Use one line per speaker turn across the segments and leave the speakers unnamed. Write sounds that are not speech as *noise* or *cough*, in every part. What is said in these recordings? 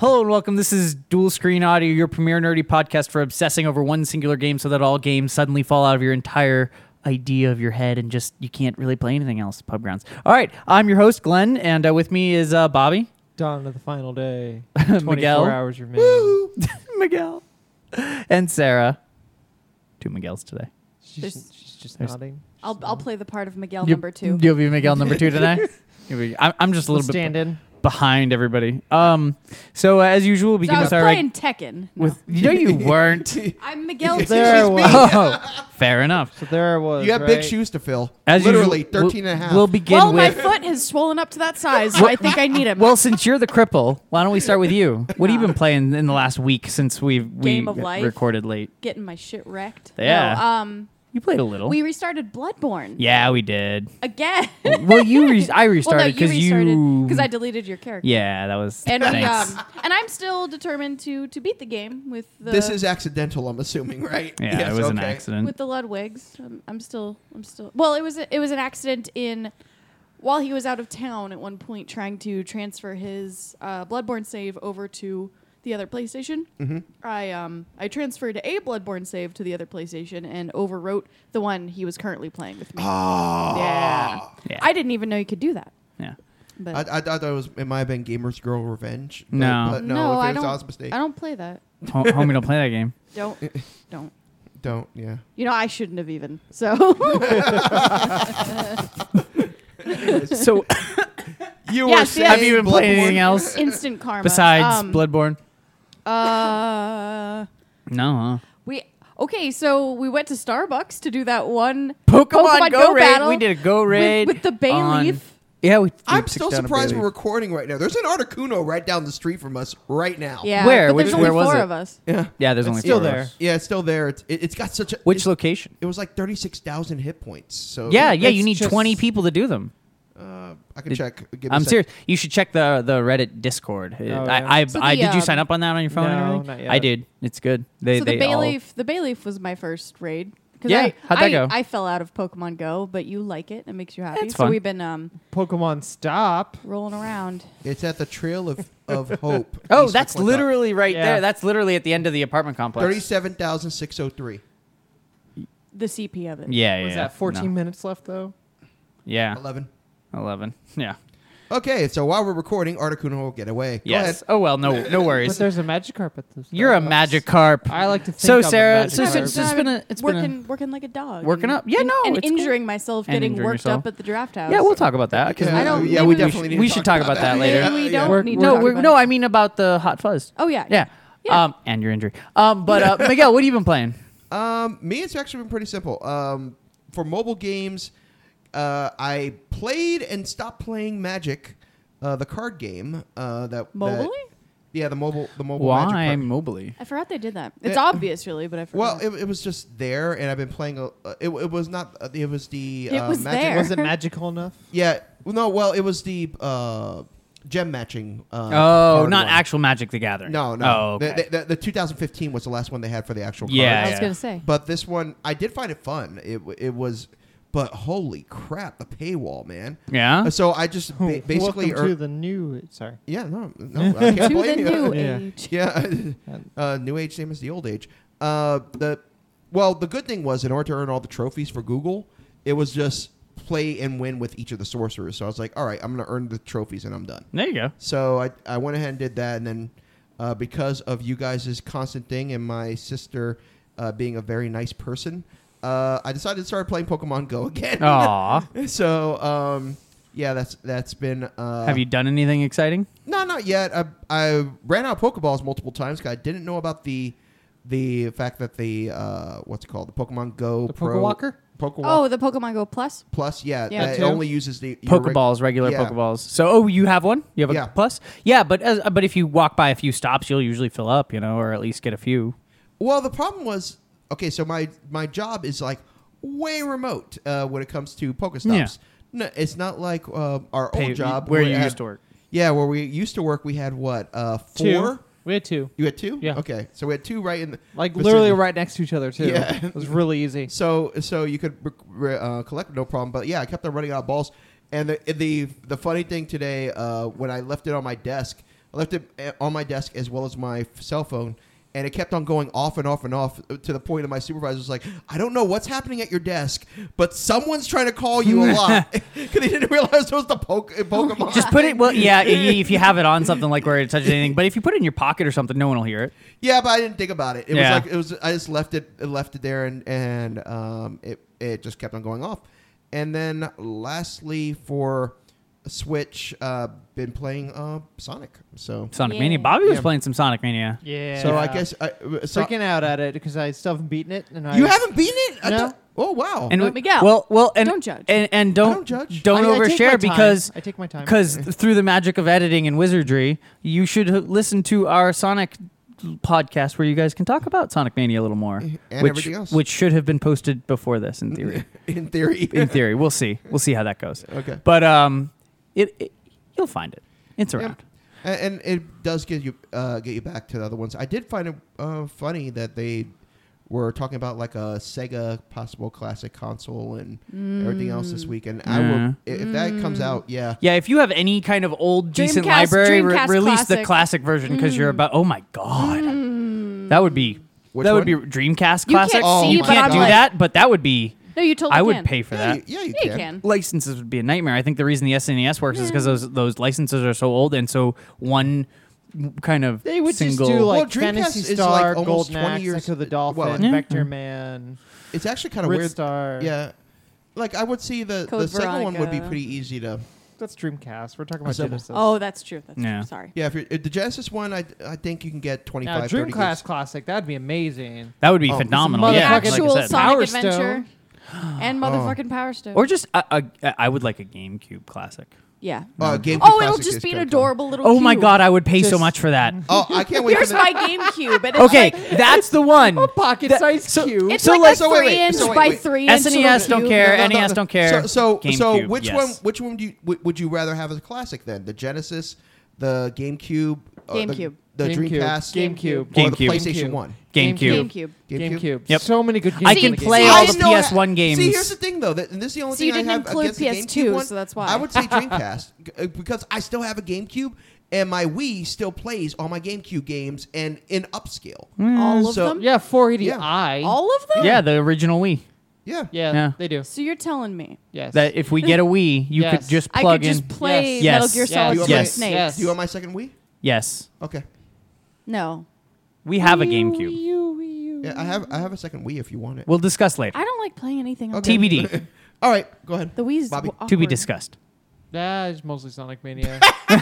Hello and welcome. This is Dual Screen Audio, your premier nerdy podcast for obsessing over one singular game so that all games suddenly fall out of your entire idea of your head and just you can't really play anything else. Pub grounds. All right, I'm your host Glenn, and uh, with me is uh, Bobby, *laughs*
Dawn of the final day.
Miguel.
24 hours remain.
*laughs* Miguel, and Sarah. Two Miguel's today.
She's,
There's-
she's just
There's-
nodding.
I'll,
She's
I'll
nodding.
play the part of Miguel
You-
number two.
You'll be Miguel number two
*laughs*
today. You'll be- I'm, I'm just a little
Let's
bit
stand in.
behind everybody. Um, so uh, as usual, we
So
give
I
us
was
our
playing Tekken. No.
with. You know
*laughs*
you weren't.
I'm Miguel
There I
two.
was.
oh, fair enough.
So there I was.
You have
right?
big shoes to fill.
As
Literally
usual,
13 and a half.
We'll begin
Well, my
with.
foot has swollen up
*laughs*
to that size, so I think I need him.
well, since you're the cripple, why don't we start with you? What
*laughs*
have you been playing in the last week since we've we
Game of Life.
recorded late?
Getting my shit wrecked.
Yeah.
No, um,
You played a little.
we restarted Bloodborne.
yeah, we did.
Again.
Well,
*laughs*
you re- I
well, no,
restarted
you
because
restarted because I deleted your character.
yeah, that was
And we,
thanks.
um, and I'm still determined to to beat the game with the
this is accidental, I'm assuming, right?
yeah,
Yes,
it was an
okay.
accident.
with the Ludwigs. I'm, I'm still I'm still well. It was a, it was an accident in while he was out of town at one point trying to transfer his uh, Bloodborne save over to the other PlayStation.
Mm-hmm.
I um I transferred a Bloodborne save to the other PlayStation and overwrote the one he was currently playing with me.
Ah.
yeah.
Yeah.
I didn't even know you could do that.
yeah.
But
I, I thought that was, it might have been Gamer's Girl Revenge. but-
No.
But no, if it
I
was
don't.
Oz mistake.
I don't play that.
Ho- Homie, don't play that
*laughs*
game.
Don't
*laughs*
don't.
Don't, yeah.
You know I shouldn't have even. So *laughs*
So,
*laughs* You
Yeah,
were
see, I-
saying
have you been
Bloodborne?
playing anything else
instant karma.
besides
Um,
Bloodborne?
Uh.
No. Huh?
We okay, so we went to Starbucks to do that one
Pokemon,
Pokemon
Go,
Go
raid.
battle
We did a Go raid
with the bay
on-
leaf.
Yeah, we. we
I'm
picked
still
down a bay
surprised
leaf.
we're recording right now. There's an Articuno right down the street from us right now.
Yeah,
Where?
But
Which-
there's only
where was
four
it?
of us.
Yeah.
Yeah, there's only
still
four of
there.
us.
Yeah, it's still there. It's, it, it's got such a.
Which
it,
location?
it was like 36,000 hit points. So
Yeah, yeah.
it's
You need
just-
20 people to do them.
Uh, I can check. Give me a
I'm
sec.
serious. You should check the the Reddit Discord. It-
Oh, yeah.
I, I,
So
I
the,
did you
um,
sign up on that on your phone? and
No,
everything?
not
I
yet.
did. It's good. They
so the
they
bay
all.
leaf, the bay leaf was my first raid. 'Cause
Yeah,
I,
how'd that
I,
go?
I fell out of Pokemon Go, but you like it. It makes you happy.
It's
so
fun.
we've been um,
Pokemon Stop.
rolling around.
It's at the Trail of, of
*laughs*
Hope.
Oh,
East
that's
Point.
literally right
Yeah.
there. That's literally at the end of the apartment complex.
37,603.
The CP of it.
Yeah, yeah.
was
yeah.
that 14
No.
minutes left though?
Yeah,
11.
11. Yeah.
Okay, so while we're recording, Articuno will get away. Go
Yes. Oh well, no, no
But
worries.
there's a Magikarp at this.
You're a magic carp.
I like to think
So
I'm a
Sarah,
Magikarp.
so, so,
I've
it's just
I've
been a it's been
working,
a-
working like a dog.
Working
and-
up. Yeah,
and-
no,
and
it's cool.
injuring myself,
And
getting
injuring
worked
yourself.
up at the draft house.
yeah, we'll talk about that. 'cause
Yeah,
I don't-
yeah,
maybe
we
we
definitely
should-
need
we
to
should
talk
talk about that
that
later.
Yeah,
Maybe we
yeah.
don't
We're-
need to
No,
talk
we're,
about
no,
it.
I mean about the hot fuzz.
Oh, yeah,
Yeah.
yeah.
Um, and your injury. Um, but uh,
*laughs*
Miguel, what have you been playing?
Um, me, it's actually been pretty simple. Um, for mobile games, uh, I played and stopped playing Magic, uh, the card game. Uh, that
Mobily?
that- yeah, the mobile, the mobile. Magic
Why
card.
mobily?
I forgot they did that. It's
Yeah.
obvious, really, but I forgot.
Well, it, it was just there, and I've been playing. A, uh, it, it was not. Uh, it was the.
It
uh,
was
magic,
there.
*laughs* Was it magical enough?
Yeah. well, No. Well, it was the uh, gem matching. Uh,
Oh,
card
not
one.
actual Magic the Gathering.
No,
Oh,
no.
okay.
the, the, the 2015 was the last one they had for the actual.
Yeah,
cards.
I was gonna say.
But this one, I did find it fun. It w- it was, but holy crap, the paywall, man.
yeah.
So I just ba- basically,
Welcome to
er-
the new. Sorry.
*laughs* yeah, no,
*laughs*
no, I
to
can't
the
blame you.
new
Yeah.
age.
*laughs* Yeah, uh, new age same as the old age. Uh, the well, the good thing was in order to earn all the trophies for Google, it was just play and win with each of the sorcerers. So I was like, all right, I'm gonna earn the trophies and I'm done.
There you
*laughs*
go.
So I, I went ahead and did that, and then uh, because of you guys' constant thing and my sister uh, being a very nice person, uh, I decided to start playing Pokemon Go *laughs* again.
Oh. Aw.
so um, yeah, that's that's been. Uh,
have you done anything exciting?
No, not yet. I, I ran out of Pokeballs multiple times because I didn't know about the the fact that the uh, what's it called the Pokemon Go
The
Pro
Pokewalker?
Pokewalker
Oh, the Pokemon Go Plus.
Plus, yeah,
Yeah.
that
Too.
only uses the your reg-
Pokeballs, regular
yeah.
Pokeballs. So, oh, you have one. You have a
Yeah.
plus. Yeah, but as, but if you walk by a few stops, you'll usually fill up, you know, or at least get a few.
Well, the problem was okay. So my my job is like way remote uh, when it comes to Pokestops.
Yeah.
No, it's not like uh, our
Pay-
old job
where
we
you
had-
used to
*laughs*
work.
Yeah, where we used to work, we had what uh, four.
Two. We had two.
You had two.
Yeah.
Okay, so we had two right in the
Like
vicinity.
literally right next to each other too.
Yeah.
It was really easy.
So so you could rec- re- uh, collect no problem. But yeah, I kept on running out of balls. And the the the funny thing today, uh, when I left it on my desk, I left it uh, on my desk as well as my f- cell phone, and it kept on going off and off and off uh, to the point of my supervisor was like, "I don't know what's happening at your desk, but someone's trying to call you a lot." *laughs* Because he didn't realize it was the poke- Pokemon.
Just put it. Well, yeah, i- if you have it on something like where it touches anything, but if you put it in your pocket or something, no one will hear it.
Yeah, but I didn't think about it. It
Yeah.
was like it was. I just left it left it there, and and um, it it just kept on going off. And then lastly, for Switch, uh, been playing uh, Sonic. So
Sonic
Yeah.
Mania. Bobby was
Yeah.
playing some Sonic Mania.
Yeah.
so I guess I, so,
freaking out at it because I still haven't beaten it, and I
you haven't beaten it. I
No.
thought- oh wow.
And
Let
we-
me go.
Well, well, and
Don't judge.
and, and don't,
don't judge.
Don't
I- I take my
overshare
time.
because
I take my time.
because through the magic of editing and wizardry, you should h- listen to our Sonic podcast where you guys can talk about Sonic Mania a little more,
And
which
everything else.
which should have been posted before this in theory.
*laughs* in theory,
in theory, we'll see. We'll see how that goes.
*laughs* okay.
But um, it, it you'll find it. It's around.
Yeah. A- And, it does get you uh, get you back to the other ones. I did find it uh, funny that they were talking about like a Sega possible classic console and everything else this week. And I will,
Yeah.
i- if that
Mm.
comes out, yeah,
Yeah, if you have any kind of old decent
Dreamcast-
library, re-
Dreamcast
release the
Classic. Mm.
classic version because you're about. Oh my god,
Hmm.
that would be
Which
that
one? Oh
would be Dreamcast
You can't
Classic.
see,
you
but
can't
I'm
do
like-
that, but that would be.
No, you totally
I would
can.
pay for
yeah,
that.
you, yeah, you
Yeah, you
can.
can.
licenses would be a nightmare. I think the reason the SNES works is because those those licenses are so old and so one kind of
They would
single.
just do like
Well, Dreamcast
Fantasy
is, like,
Star,
almost
Golden
20
Axe,
years-
Echo the
well,
Dolphin,
Yeah.
Vector Man,
It's actually kind of
Red
weird.
Star.
Yeah, like I would see the
Code
the second one would be
Veronica.
pretty easy to.
that's Dreamcast. We're talking about
Assemble.
Genesis.
Oh, that's true. That's
Yeah.
true. Sorry.
Yeah, if, you're, if the Genesis one, I I think you can get 25,
now
30 gigs.
Dreamcast Classic. That'd be amazing.
that would be
Oh, it's a
phenomenal.
motherfucking-
Yeah, like I
Actual
said.
Sonic
Power
Adventure and
Oh.
motherfucking Power Stone.
or just a, a, I would like a GameCube classic.
yeah.
Uh, GameCube
oh, it'll
Classic
just
is
be an
gonna come.
adorable little.
Oh my
cube.
god, I would pay so
Just-
much for that.
Oh,
*laughs*
I can't wait.
Here's
for the-
my GameCube. And
*laughs*
it's *laughs*
Okay,
like,
that's the one.
Pocket size
so-
cube.
it's
so
like,
like-
a
so wait,
three
wait,
inch
so wait,
by
wait.
three inch.
SNES
little
E don't
cube.
care. NES don't care.
So, so, so
GameCube,
which
yes.
one? Which one do you would- would you rather have as a classic then? The Genesis, the GameCube, uh, the-
GameCube.
the,
GameCube.
Dreamcast,
GameCube.
or the
GameCube.
PlayStation
GameCube.
One.
GameCube.
GameCube.
GameCube.
GameCube.
Yep.
So many good games.
I
on
can
the
play
GameCube.
all
I
the
didn't know-
PS1 games.
See, here's the thing though, that, and this is the only
See, you
thing I
didn't
have
include
against the
PS2,
GameCube one.
so that's why.
I would say Dreamcast g- uh, because I still have a GameCube and my Wii still plays all my GameCube games and in upscale.
Hmm.
All of
So-
them?
Yeah, 480i.
All of them?
Mm, Yeah, the original Wii.
Yeah.
yeah,
Yeah.
they do.
So you're telling me
Yes.
That if we get a Wii, you
Yes.
could just
I
plug
could just
in.
play
Yes.
Yes.
Metal Gear
Yes.
Solid Solid
Yes.
Snake?
Yes.
Do you want my second Wii?
yes,
Okay.
No.
we have a
Wii U,
GameCube.
Wii U, Wii U.
Yeah, I have I have a second Wii if you want it.
We'll discuss later.
I don't like playing anything on
Okay.
TV.
TBD
*laughs* all right, go ahead.
The Wii's
Bobby.
w-
to be
awkward.
discussed. *laughs*
Nah, it's mostly Sonic Mania. I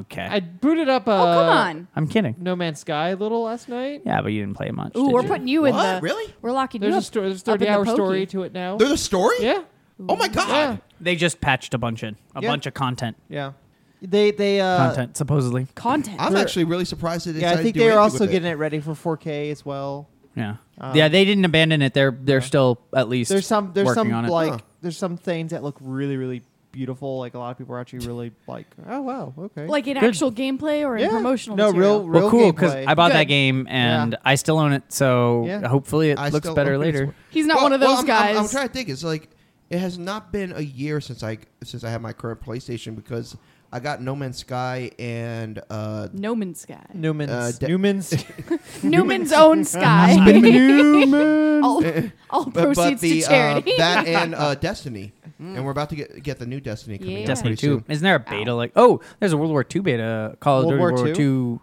okay,
booted up a
Oh, come on.
I'm kidding.
No Man's Sky a little last night.
Yeah, but you didn't play it much.
Ooh,
did
we're
you?
putting you in
What?
the.
Really?
We're locking
There's
you
a
up.
story. There's a
up
30
in the
hour
pokey.
story to it now.
There's a story.
yeah.
Oh my god.
Yeah.
They just patched a bunch in a
Yeah.
bunch of content.
Yeah. They they uh
Content supposedly.
Content.
I'm
They're-
actually really surprised that
Yeah, I think they
they're
are also getting it ready for 4K as well.
Yeah.
Um,
yeah, they didn't abandon it. They're they're still at least
There's some there's
working
some
on it.
like
Huh.
there's some things that look really really beautiful. Like a lot of people
*laughs*
are actually really like, "Oh wow, okay."
like in
Good.
actual gameplay or in
Yeah.
promotional
No,
material?
real-
well, cool because
gameplay.
I bought that
Good.
game and
Yeah.
I still own it, so
Yeah.
hopefully it
I
looks
still
better
own it.
later.
He's not one of those
I'm,
guys.
I'm, I'm trying to think. It's like it has not been a year since I since I had my current PlayStation because I got No Man's Sky and uh,
No Man's Sky.
*laughs*
Newman's
Uh, de- *laughs*
Newman's
Newman's own Sky.
*laughs*
*laughs*
Uh,
all, all
but, but
*laughs* proceeds
the
to
uh,
charity.
that and uh, Destiny, and we're about to get get the new Destiny coming.
Yeah.
out
Destiny
pretty
Two.
soon.
Isn't there a beta like? Oh, there's a World War Two beta. Call of Duty
World War
World War
II?
Two.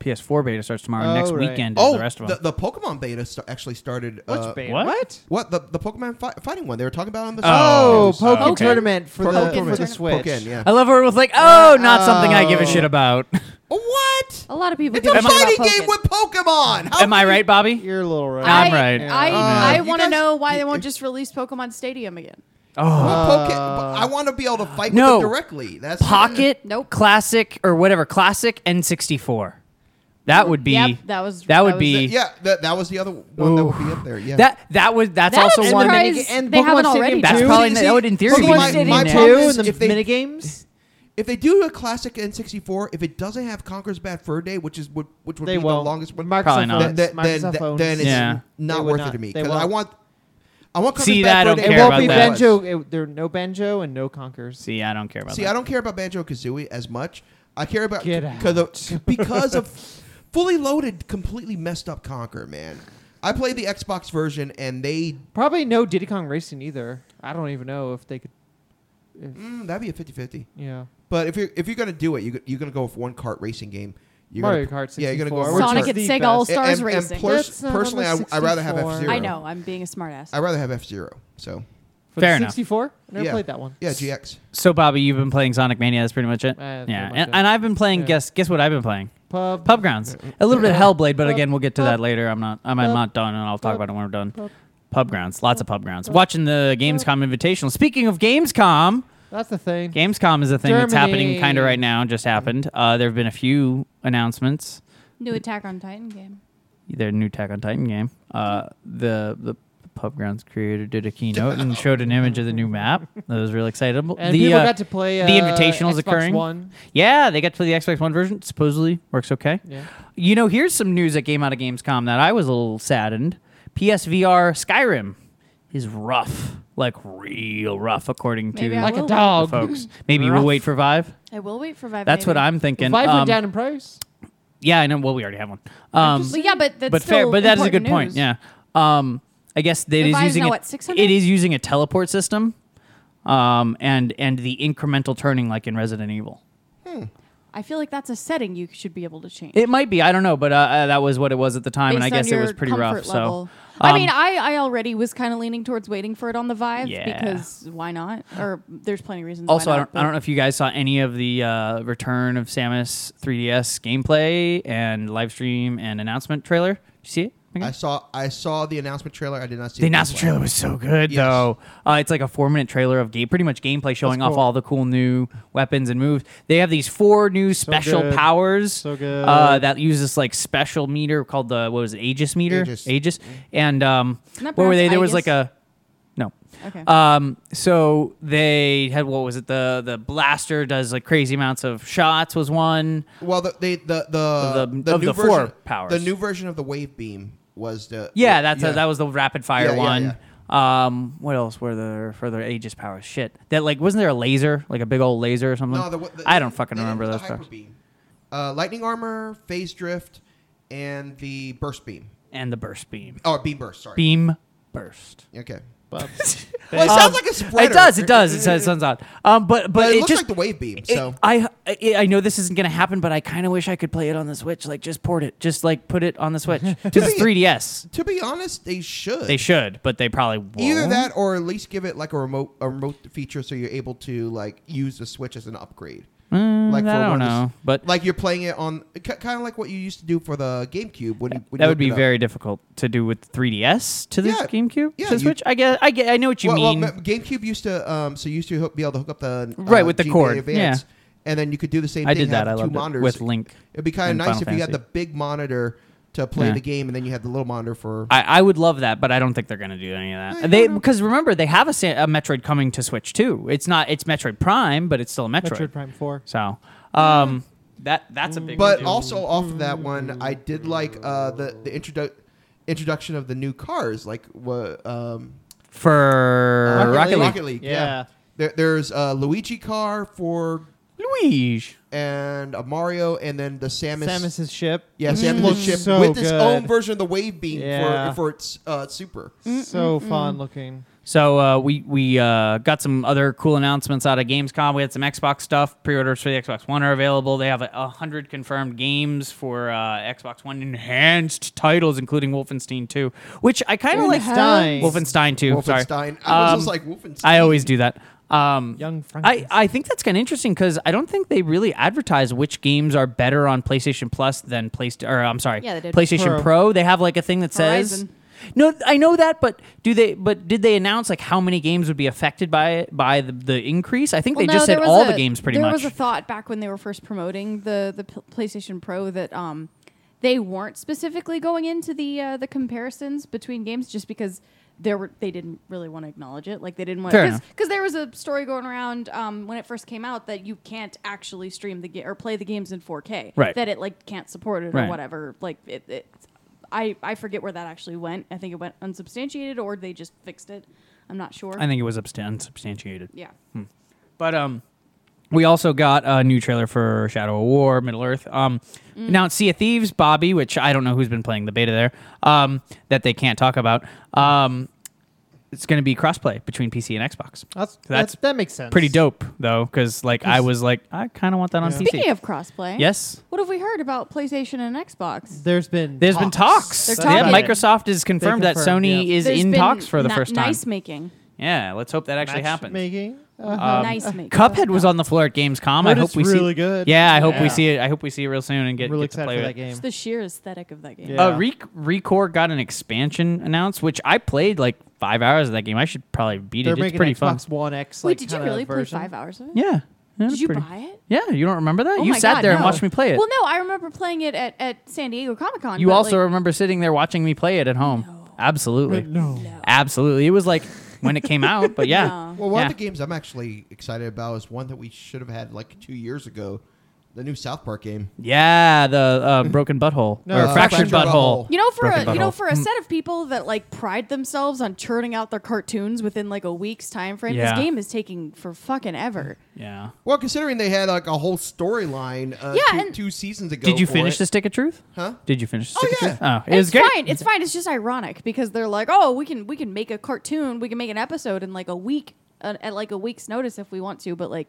PS4 beta starts tomorrow.
Oh,
Next
right.
weekend is
Oh,
the rest of
the,
them.
the Pokemon beta st- actually started. Uh,
Which band?
what?
What the the Pokemon fi- fighting one they were talking about on the
Oh,
show.
Poke
okay.
Tournament for
Pokken
the for the
Tournament.
Switch.
Pokken, yeah.
I love her with like, oh, not something I give a
Oh.
shit about. *laughs*
what?
*laughs* a lot of people.
It's
give
a
Am I-
shit Oh, about
fighting game
Pokemon. Oh,
with Pokemon. How
Am
Oh.
I right, Bobby?
You're a little right.
I'm
I-
right.
I,
Yeah.
I
Uh,
want to
you guys-
know why they
you-
won't just release Pokemon Stadium again.
Oh,
Well, Poke-
Uh,
I want to be able to fight
No.
with it directly. That's
Pocket,
Mm-hmm.
Nope.
Classic, or whatever. Classic N64. That would be.
Yep, that was-
That
that
would
was-
be.
Yeah, that, that was the other one that would be up there. Yeah.
That that was. That's
That
also
I'm
one.
surprised
mini- and
they
Pokemon
haven't
Stadium
already
That's
done
That's
it.
probably
See,
that would in theory
see,
be
Pokemon
my,
Stadium
my
now.
problem
Two
is
and the
if they,
minigames.
if they do a classic N64, if it doesn't have Conker's Bad Fur Day, which is would, which would
They
be
won't.
the longest one,
Microsoft
Probably not.
then,
phones.
then,
Microsoft
then,
phones.
then it's
Yeah.
They
not
would
worth it
not.
to me
They
because I
won't.
want I want
See
Conker's
that, I
Bad Fur
don't
Day.
care
It won't be
about that.
banjo. It, there are no banjo and no conkers.
See, I don't care about
See,
that.
I don't care about Banjo Kazooie as much. I care about
Get
c- 'cause of, because of *laughs* fully loaded, completely messed up Conquer, man. I played the Xbox version and they
Probably no Diddy Kong Racing either. I don't even know if they could. If,
mm, that'd be a 50-50.
Yeah,
But if you're if you're gonna do it, you, you're gonna go with one kart racing game. You're
Mario
gonna,
Kart 64.
Yeah, you're gonna go
which
with
Sonic
is
and
one
the
Sega
best.
All
And-
Stars
and- and
Racing.
pers-
That's not on
personally,
the
I, would rather have F
64.
Zero.
I
I know. I'm being a smartass.
I rather have F Zero. So
For the
Fair enough.
64? I never
yeah.
played that one.
Yeah, GX.
So, Bobby, you've been playing Sonic Mania. That's pretty much it.
Uh, that's
yeah,
pretty much
and,
it.
and I've been playing.
Yeah.
Guess guess what I've been playing?
Pub.
Pub Grounds. A little bit of Hellblade, but
Pub-
again, we'll get to
pub-
that later. I'm not. I'm, I'm
pub-
not done, and I'll talk
pub-
about it when we're done.
pub-
Pub Grounds. Lots of Pub Grounds.
pub-
Watching the Gamescom Invitational. Speaking of Gamescom,
That's the thing.
Gamescom is a thing that's happening
Germany.
kind of right now. Just happened. Uh, there have been a few announcements.
New Attack on Titan game.
Their new Attack on Titan game. Uh, the the Pub Grounds creator did a keynote and showed an image of the new map. That was really excitable.
and
the,
people
uh,
got to play uh,
the Invitational's
Xbox
occurring.
One.
Yeah, they got to play the Xbox One version. Supposedly works okay.
Yeah.
You know, here's some news that came out of Gamescom that I was a little saddened. PSVR Skyrim is rough, like real rough, according
Maybe
to
I
Like
will.
a
the
dog.
folks. Maybe we'll
Rough.
wait for Vive.
I will wait for Vive.
That's what I'm thinking.
Vive
Um,
went down in price.
Yeah, I know. Well, we already have one. Um,
Well, yeah, but that's
but
still
fair. But that is a good point.
important news.
Yeah. Um, I guess that
The
it is
Vive's
using
now
a,
what, 600?
it is using a teleport system, um, and and the incremental turning like in Resident Evil.
I feel like that's a setting you should be able to change.
It might be. I don't know, but uh, uh, that was what it was at the time, and I
based on
guess it was
your
pretty
comfort
rough.
level.
So,
I
um,
mean, I, I already was kind of leaning towards waiting for it on the Vive
Yeah.
because why not? Or there's plenty of reasons.
also,
why
I
not,
don't, I don't know if you guys saw any of the uh, Return of Samus 3DS gameplay and live stream and announcement trailer. Did you see it?
I saw I saw the announcement trailer. I did not see
The
it.
announcement trailer was so good,
Yes.
though. Uh, it's like a four-minute trailer of game, pretty much gameplay showing off
cool.
all the cool new weapons and moves. They have these four new special
good.
powers
So good.
Uh, that use this like special meter called the what was it, Aegis meter?
Aegis.
And um,
Isn't that
what were they?
pronounced
There was like
Aegis?
a no.
but- okay.
Um, so they had what was it? The the blaster does like crazy amounts of shots was one.
Well, the they, the the
Of the- of
new
the
version,
four powers.
The new version of the wave beam was the
Yeah, that's A, that was the rapid fire
Yeah, yeah,
one. Um, what else were there for the Aegis powers? Shit, that like wasn't there a laser, like a big old laser or something?
No, the, the,
I don't fucking
they didn't
remember
do the
those.
hyper
powers.
beam. Uh, lightning armor, phase drift, and the burst beam.
And the burst beam,
Oh, beam burst. Sorry.
beam burst.
Okay.
*laughs* But
Well, it
Um,
sounds like a spreader.
It does. It does. It sounds, sounds odd. Um, but but,
But it,
it
looks
just
like the wave beam.
it-
So
I I I know this isn't gonna happen, but I kind of wish I could play it on the Switch. Like just port it, just like put it on the
*laughs*
Switch. This is
be-
3DS.
to be honest, they should.
They should, but they probably won't.
Either that, or at least give it like a remote a remote feature, so you're able to like use the Switch as an upgrade.
Mm,
like
I
one
don't
of the-
know, but
like you're playing it on kind of like what you used to do for the GameCube when, you, when
that
you
would be
hooked it up.
very difficult to do with 3DS to the
Yeah.
GameCube
Yeah,
to
you-
Switch. I guess I get I know what you
well, well,
mean.
ma- GameCube used to um, so you used to hook, be able to hook up the uh,
Right, with the
GBA
cord,
Advance,
yeah.
and then you could do the same
I
thing.
did that.
have
I
two
loved it
monitors.
with Link.
It'd be kind
in
of nice
Final
if you had
Fantasy.
the big monitor to play
Yeah.
the game, and then you had the little monitor for.
I, I would love that, but I don't think they're going to do any of that. They because remember they have a, sa- a Metroid coming to Switch too. It's not it's Metroid Prime, but it's still a Metroid.
Metroid Prime 4.
So um, that that's a big.
but
deal.
also off of that one, I did like uh, the the introdu- introduction of the new cars, like wha- um,
for
Rocket
Rocket
League.
League,
Rocket League,
Yeah.
yeah. There, there's a Luigi car for
Luigi.
and a Mario, and then the Samus.
Samus's ship.
Yeah, Samus
Mm-hmm.
Looks
ship
so
with its
good.
own version of the wave beam
Yeah.
for for its uh, super.
So fun looking.
So uh, we we uh, got some other cool announcements out of Gamescom. We had some Xbox stuff. Pre-orders for the Xbox One are available. They have a, a hundred confirmed games for uh, Xbox One enhanced titles, including Wolfenstein 2, which I kind of like.
Wolfenstein.
Wolfenstein 2. Sorry.
Wolfenstein. I was
Um,
just like Wolfenstein.
I always do that. Um,
Young Frankenstein.
I, I think that's kind of interesting because I don't think they really advertise which games are better on PlayStation Plus than PlayStation. Or I'm sorry,
Yeah, they did.
PlayStation Pro.
Pro.
They have like a thing that says.
Horizon.
No, I know that, but do they? But did they announce like how many games would be affected by it by the, the increase? I think
Well,
they
no,
just said
there was
all
a-
the games pretty
there
much.
was a thought back when they were first promoting the the P- PlayStation Pro that um they weren't specifically going into the uh, the comparisons between games just because there were they didn't really want to acknowledge it like they didn't want
Fair
because
enough.
because there was a story going around um, when it first came out that you can't actually stream the game or play the games in 4K
Right.
that it like can't support it
Right.
or whatever like it, it I I forget where that actually went. I think it went unsubstantiated, or they just fixed it. I'm not sure.
I think it was substan- unsubstantiated.
yeah.
But um, we also got a new trailer for Shadow of War, Middle Earth. Um,
Mm.
announced Sea of Thieves, Bobby, which I don't know who's been playing the beta there. Um, that they can't talk about. Um, it's going to be crossplay between PC and Xbox.
That's,
That's
that's that makes sense.
Pretty dope though, because like I
'Cause-
was like, I kind of want that on
Yeah.
PC.
Speaking of crossplay,
yes.
What have we heard about PlayStation and Xbox?
There's been
There's been talks.
They're
Yeah,
talking.
Microsoft has confirmed, that
confirmed,
Sony
yeah.
is
There's
in
been
talks for the
ni-
first time.
Nice making. Uh-huh.
yeah, let's hope that actually happens.
Making.
nice making.
Um, Cuphead was on the floor at Gamescom. Um, I
Heard
hope
it's
we see.
Uh, really good.
Yeah, I hope we
Yeah.
see it. I hope we see it real soon and get,
really
get to
excited
play
for
with
that
it.
game.
It's the sheer aesthetic of that game.
Yeah.
Uh, Re- Recore got an expansion announced, which I played like five hours of that game. I should probably beat
They're
it. It's
making
pretty
Xbox
fun.
One X.
Wait,
Like,
did you
kinda
really play
version.
five hours of it?
Yeah. Yeah,
Did you
pretty-
buy it?
Yeah, you don't remember that?
Oh
you
my
sat
God,
there and
no.
watched me play it.
Well, no, I remember playing it at, at San Diego Comic Con.
you also remember sitting there watching me play it at home. Absolutely.
No.
Absolutely. It was like when it came out,
*laughs*
but yeah.
No.
Well, one
Yeah.
of the games I'm actually excited about is one that we should have had like two years ago, the new South Park game.
Yeah, the
*laughs*
uh, broken butthole.
No,
or
uh,
fractured
fractured
butthole.
butthole.
You know, for
Broken
a you know,
butthole.
for a set of people that like pride themselves on churning out their cartoons within like a week's time frame,
Yeah.
this game is taking for fucking ever.
Yeah.
Well, considering they had like a whole storyline, uh,
Yeah,
two,
and-
two seasons ago.
Did you
for
finish
it.
the stick of truth?
Huh?
Did you finish the
Oh,
stick
yeah.
of truth? Oh, it was
It's
great.
fine. It's fine. It's just ironic because they're like, oh, we can we can make a cartoon, we can make an episode in like a week uh, at like a week's notice if we want to, but like,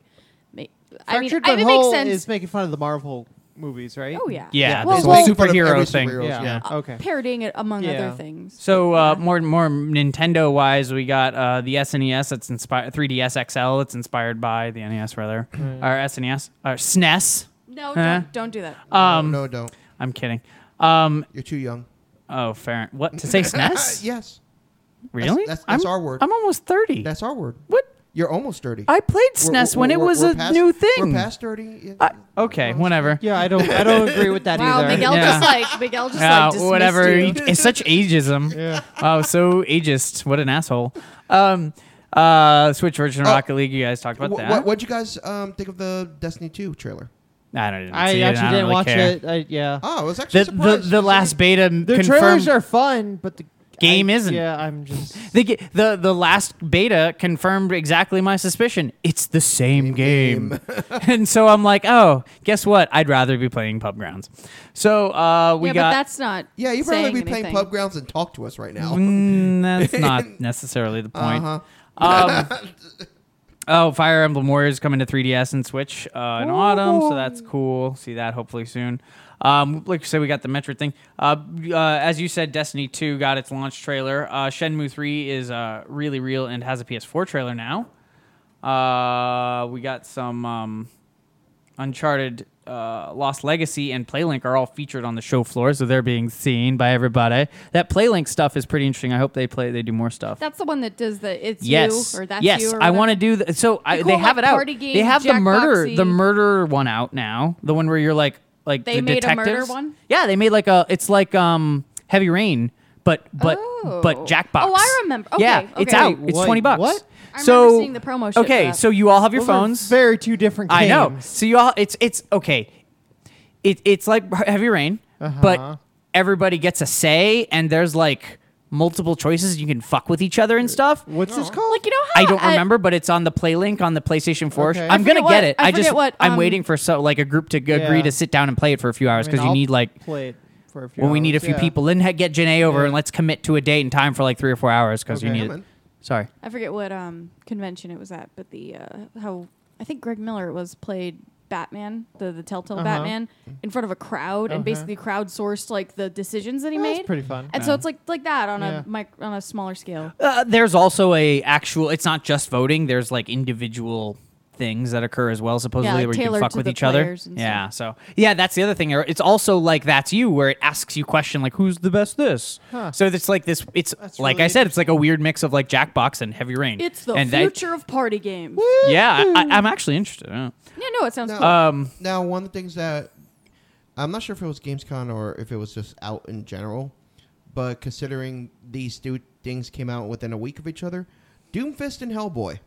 ma- I mean,
Fractured
I mean, it
But
makes
Whole
sense.
is making fun of the Marvel movies, right?
oh yeah.
yeah,
Well,
this
well-
whole superhero
Every
thing.
superhero,
Yeah.
Yeah.
Okay.
Parodying it among
Yeah.
other things.
So uh,
Yeah.
more more Nintendo wise, we got uh, the SNES that's inspired 3DS XL. It's inspired by the NES rather,
Mm.
or SNES or SNES. Huh?
no, don't, don't do that.
Um,
no, no, don't.
I'm kidding. Um,
You're too young. Uh,
oh, fair. What
*laughs*
to say SNES?
yes,
Really?
that's- that's
I'm,
our word.
I'm almost thirty.
that's our word.
what?
You're almost dirty.
I played
We're-
SNES
we're-
when it
we're-
was
we're
a
past-
new
We're
thing.
past dirty.
I, okay, whatever.
Yeah, I don't. I
*laughs*
don't agree with that
Wow,
either.
Miguel
Yeah.
just like Miguel just
Yeah,
like dismissed
Uh, whatever.
You.
It's such
*laughs*
ageism.
Yeah.
Oh, so ageist. What an asshole. Um, uh, Switch version of
Oh.
Rocket League. You guys talked about
What,
that.
what, what'd you guys um, think of the Destiny 2 trailer?
I don't. I
I
see it,
actually
I don't
didn't
really
watch
care.
it. I, yeah.
Oh, I was actually
The, the,
surprised.
the last beta m-
The
confirmed
trailers are fun, but the
Game
I-
isn't.
Yeah, I'm
*laughs*
just.
the, ge- the the last beta confirmed exactly my suspicion. It's the same game, *laughs* and so I'm like, oh, guess what? I'd rather be playing Pub Grounds. So uh, we
yeah, but
got
that's not.
Yeah, you'd probably
saying
be playing
anything.
Pub Grounds and talk to us right now.
Mm, that's not necessarily the point.
Uh-huh.
Um, oh, Fire Emblem Warriors coming to 3DS and Switch uh, in autumn, so that's cool. See that hopefully soon. Um, like you said, we got the Metroid thing. Uh, uh, as you said, Destiny 2 got its launch trailer. Uh, Shenmue 3 is uh, really real and has a PS4 trailer now. Uh, we got some um, Uncharted, uh, Lost Legacy, and Playlink are all featured on the show floor, so they're being seen by everybody. That Playlink stuff is pretty interesting. I hope they play. They do more stuff.
That's the one that does the it's
yes,
you or that's
yes,
you. Or
I
whatever.
want to do. The, so I,
They
they
call it,
have
like,
it out.
party game,
they have the murder, the
Jackboxy.
murder one out now. The one where you're like, like
They
the
made a murder
detectives.
one?
Yeah, they made like a. It's like um Heavy Rain. But but but
Oh.
Jackbox.
Oh, I remember. Okay,
yeah, it's
okay.
out.
Wait,
it's
what-
twenty bucks.
what?
I remember
so
seeing the promo shit for
Okay,
that.
so you all have your
Those are
phones.
Very two different. Games.
I know. So you all, it's it's okay. It it's like heavy rain,
Uh-huh.
but everybody gets a say, and there's like multiple choices. You can fuck with each other and stuff.
What's this called?
Like you know how
I
*laughs*
don't
at-
remember, but it's on the play link on the PlayStation 4.
Okay.
I'm gonna
I
forget
get
what-
it.
I
just
forget what,
I'm
um,
waiting for so like a group to g- agree
Yeah.
to sit down and play it for a few
I
hours
mean,
because you
I'll
need like
play it for a few.
well, we need a
hours,
few
yeah.
people. Then ha- get Janae over
Yeah.
and let's commit to a date and time for like three or four hours because
Okay.
you need
Come
it.
on.
Sorry.
I forget what um convention it was at, but the uh, how I think Greg Miller was played Batman, the the Telltale
Uh-huh.
Batman, in front of a crowd
Uh-huh.
and basically crowdsourced like the decisions that he
That's
made.
pretty fun.
and so it's like like that on
Yeah.
a mic on a smaller
*laughs*
scale.
Uh, there's also a actual. It's not just voting. There's like individual things that occur as well. Supposedly,
like
where you can
tailored
fuck
to
with
the
each other.
players and
Yeah. So yeah, that's the other thing. Or It's also like that's you, where it asks you question like who's the best this.
Huh.
So it's like this. It's
That's
like
really
I said, it's like a weird mix of like Jackbox and Heavy Rain.
It's the
and that-
future of party games.
yeah, I, I, I'm actually interested. yeah.
Yeah, no, it sounds
No.
cool.
Um,
Now, one of the things that I'm not sure if it was GamesCon or if it was just out in general, but considering these two things came out within a week of each other, Doomfist and Hellboy.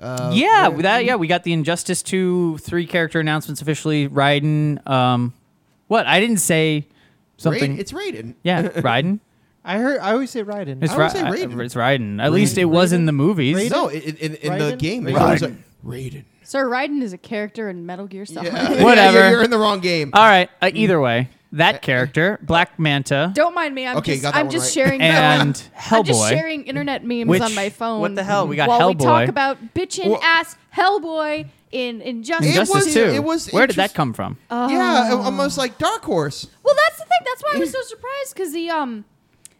Uh,
yeah,
where-
that yeah, we got the Injustice two three character announcements officially. Raiden. Um, what I didn't say something.
Raid, it's Raiden.
yeah, Raiden.
I heard. I always say Raiden.
It's,
I would
Ra-
say Raiden.
it's Raiden. At least it was in the movies.
Raiden?
No, it, it, in, in the
Raiden?
game,
Raiden.
Raiden. Like, Raiden.
Sir Raiden is a character in Metal Gear Solid. *laughs*
Yeah. Yeah,
Whatever.
you're, you're in the wrong game.
All right. Uh, either way,
Eh,
that character, Black Manta,
Don't mind me. I'm
Okay,
just
got that
I'm
one
just
right.
sharing
and
*laughs* I'm just
Hellboy.
sharing internet memes
Which-
on my phone.
what the hell? We got
while we
Hellboy.
talk about bitchin'
Well-
ass Hellboy in Injustice.
It
Injustice
was-
too.
it was
Where did that
interest-
come from?
Yeah, I'm almost like Dark Horse.
Well, that's the thing. That's why I
*laughs*
was so surprised because the um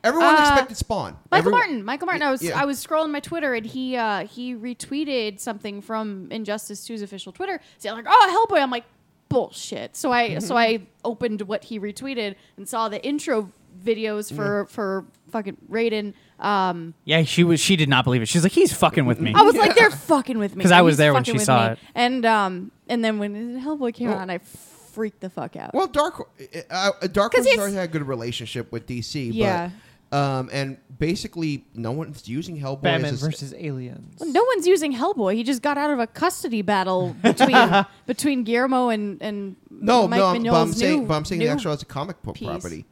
Everyone
Uh,
expected Spawn.
Michael
Everyone-
Martin. Michael Martin. I was
Yeah.
I was scrolling my Twitter and he uh, he retweeted something from Injustice 2's official Twitter. So I'm like, oh Hellboy. I'm like, bullshit. So I
*laughs*
so I opened what he retweeted and saw the intro
Mm.
videos for for fucking Raiden. Um,
Yeah, she was. She did not believe it. She's like, he's fucking with me.
Oh,
I was like, they're fucking with me
'Cause I
And
was
he's
there when
fucking
she
with
saw
me.
it.
And um and then when Hellboy came
Well-
on, I freaked the fuck out.
Well, Dark Hor- uh, uh, Dark
'Cause
Horse has
it's-
always had a good relationship with DC.
Yeah.
But, um, and basically, no one's using Hellboy
Batman
as a,
versus aliens.
no one's using Hellboy. He just got out of a custody
*laughs*
battle between between Guillermo and and
no,
Mike
no. I'm- But
Mignole's
I'm saying,
new-
but I'm saying
new-
the actual as a comic book
piece.
property.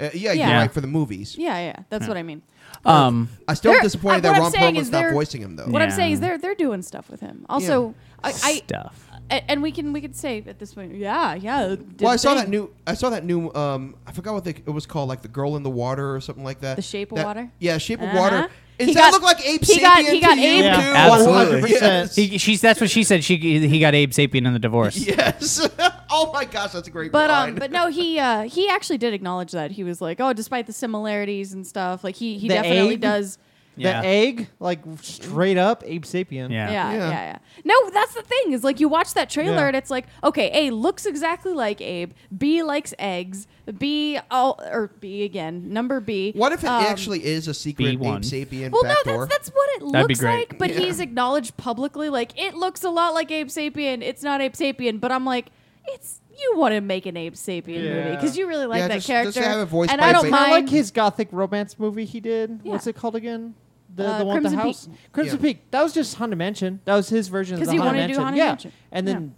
Uh, yeah,
Yeah.
you're right for the movies.
Yeah, yeah, that's what I mean.
oh.
um,
I still
They're- uh,
disappointed
what
that
I'm
Ron
saying
Perlman's
is
not
they're-
voicing him though.
What I'm
Yeah.
saying is they're they're doing stuff with him. Also, I,
stuff.
I and we can we could say at this point, yeah, yeah. did
Well, I saw
thing.
that new. I saw that new. Um, I forgot what they, it was called, like the girl in the water or something like that.
The Shape of
That-
Water?
Yeah, Shape of
Uh-huh.
Water. Does
He
that
got-
look like Ape
he got-
Sapien
he got
to you,
Ape-
too?
Yeah, absolutely. *laughs*
100%.
He, she's that's what she said. She he got Abe Sapien in the divorce.
Yes. *laughs* oh my gosh, that's a great.
But um,
line.
but no, he uh, he actually did acknowledge that he was like, oh, despite the similarities and stuff, like he he
The
definitely
egg?
does.
Yeah.
The egg, like straight up Ape Sapien.
Yeah.
Yeah. Yeah,
Yeah.
yeah, No, that's the thing is like you watch that trailer
Yeah.
and it's like, okay, A looks exactly like Abe, B likes eggs, B all or B again, number B.
What if it
um,
actually is a secret Ape
B1.
Sapien
Well, no,
backdoor?
that's that's what it
That'd be
looks
great.
like. But
Yeah.
he's acknowledged publicly, like it looks a lot like Abe Sapien. It's not Ape Sapien, but I'm like, it's you want to make an Abe Sapien movie
Yeah.
because you really like
Yeah,
that
just-
character.
just have it voiced
and
by
I
Abe
don't
Sapien.
I
mind.
like his gothic romance movie he did.
Yeah.
What's it called again? The,
Uh,
the one with the
Crimson
house?
Peak.
Crimson
Yeah.
Peak. That was just Haunted Mansion. That was his version of
'Cause
the
he
Haunted
wanted to do
Mansion.
Haunted
yeah.
Mansion.
And
Yeah.
then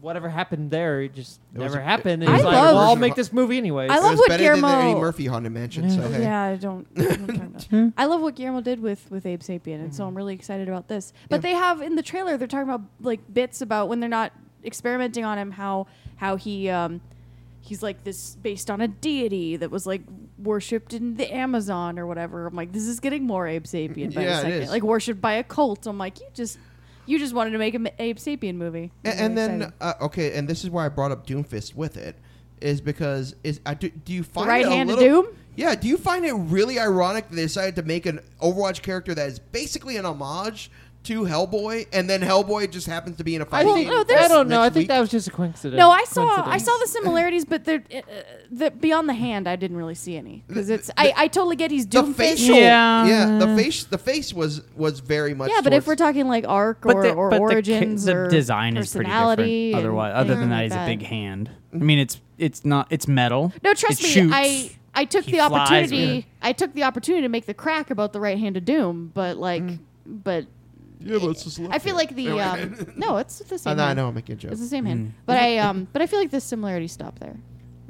whatever happened there, it just
It was
never
a-
happened.
it
And
was
he's
a
like,
version
well, I'll
of
make
Ho-
this movie anyways.
I
It
love
was
what
better than the Eddie
Guillermo-
Murphy Haunted Mansion. So hey.
Yeah, I don't. I,
*laughs*
don't know. I love what Guillermo did with with Abe Sapien, and
Mm-hmm.
so I'm really excited about this. But they have in the trailer, they're talking about like bits about when they're not experimenting on him, how how he um he's like this based on a deity that was like worshipped in the Amazon or whatever. I'm like, this is getting more Abe Sapien by
Yeah,
the
it
second,
is.
like worshipped by a cult. I'm like, you just you just wanted to make an Abe Sapien movie,
A-
I'm
and
really
then
excited.
uh, okay, and this is why I brought up Doomfist with it, is because is I do, do you find
right
it a
hand of
little-
Doom?
Yeah, do you find it really ironic that they decided to make an Overwatch character that is basically an homage to Hellboy, and then Hellboy just happens to be in a
I,
fight?
Well,
think,
no,
I
there's-
don't know. I
next
think
week.
that was just a coincidence.
No, I saw I
*laughs*
Coincidence.
saw the similarities, but they're uh, the beyond the hand, I didn't really see any because it's I, I totally get he's
the
doom
facial,
Yeah.
yeah, the face, the face was was very much.
Yeah, but if
towards-
we're talking like arc
But
or,
the,
or
but the ca-
origins
the,
or
design is pretty
personality,
different.
and
Otherwise, other than
things
that,
like
he's a big hand. I
Mm-hmm.
mean, it's it's not it's metal.
No, trust
It
me,
shoots.
I I took
He
the
flies with
opportunity.
it.
I took the opportunity to make the crack about the right hand of doom, but like,
Mm.
but
yeah, but it's just
I feel like
*laughs*
the um, no, it's the
I
same.
know, I
hand.
know, I'm making a joke.
it's the same
Mm.
hand, but I um, but I feel like the similarities stop there.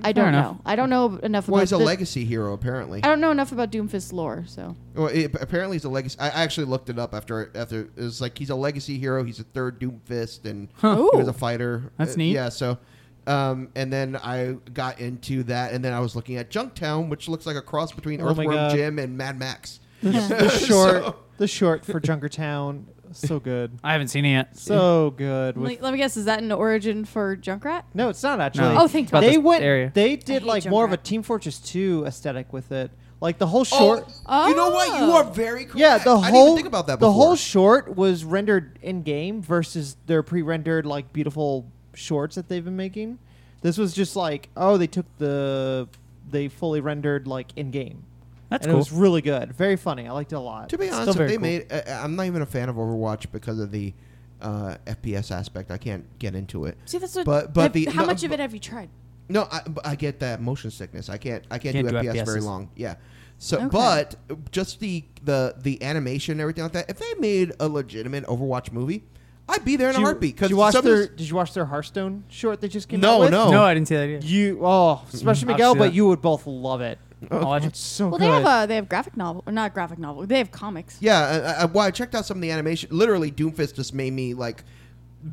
I don't
enough.
know. I don't know enough
Well,
about.
he's a
the-
legacy hero, apparently.
I don't know enough about Doomfist lore, so
Well, it, apparently he's a legacy. I actually looked it up after after it was like he's a legacy hero. He's a third Doomfist, and
Huh.
he was
Ooh.
a fighter.
That's
Uh,
neat.
Yeah. So, um, and then I got into that, and then I was looking at Junktown, which looks like a cross between
Oh my
Earthworm
God.
Jim and Mad Max. *laughs*
the
*laughs*
short, the short for Junkertown. So good.
I haven't seen it. yet.
So good. with-
Let, let me guess, is that an origin for Junkrat?
No, it's not actually.
No.
Oh, thank
It's about
God.
they
this
went.
area.
They
hate
did like more of a
Junkrat.
Team Fortress 2 aesthetic with it. Like the whole short.
Oh, you know what? You
Oh.
are very correct.
yeah, the
I didn't even
whole
think about that.
the whole
before.
short was rendered in game versus their pre-rendered like beautiful shorts that they've been making. This was just like oh they took the they fully rendered like in game.
That's
and
cool.
It was really good, very funny. I liked it a lot.
To be
Still
honest, if
very
they
cool.
made. Uh, I'm not even a fan of Overwatch because of the uh, FPS aspect. I can't get into it.
See, that's what.
But- but
have-
the-
how
no,
much of
but-
it have you tried?
No, I, but I get that motion sickness. I can't. I can't,
Can't
do,
do
FPS very
FPSs.
long. Yeah. So,
Okay.
but just the the the animation and everything like that. If they made a legitimate Overwatch movie, I'd be there in
Did
a
you-
heartbeat.
Did
Because
you watch their Did you watch their Hearthstone short that just came out?
No,
with?
no.
No, I didn't see that yet.
You oh, especially
I've
Miguel,
seen
but
that.
you would both love it.
I'll watch
Oh, It's
it.
so
Well,
good.
they have a they have graphic novel or not graphic novel. They have comics.
Yeah, I, I, well, I checked out some of the animation. Literally, Doomfist just made me like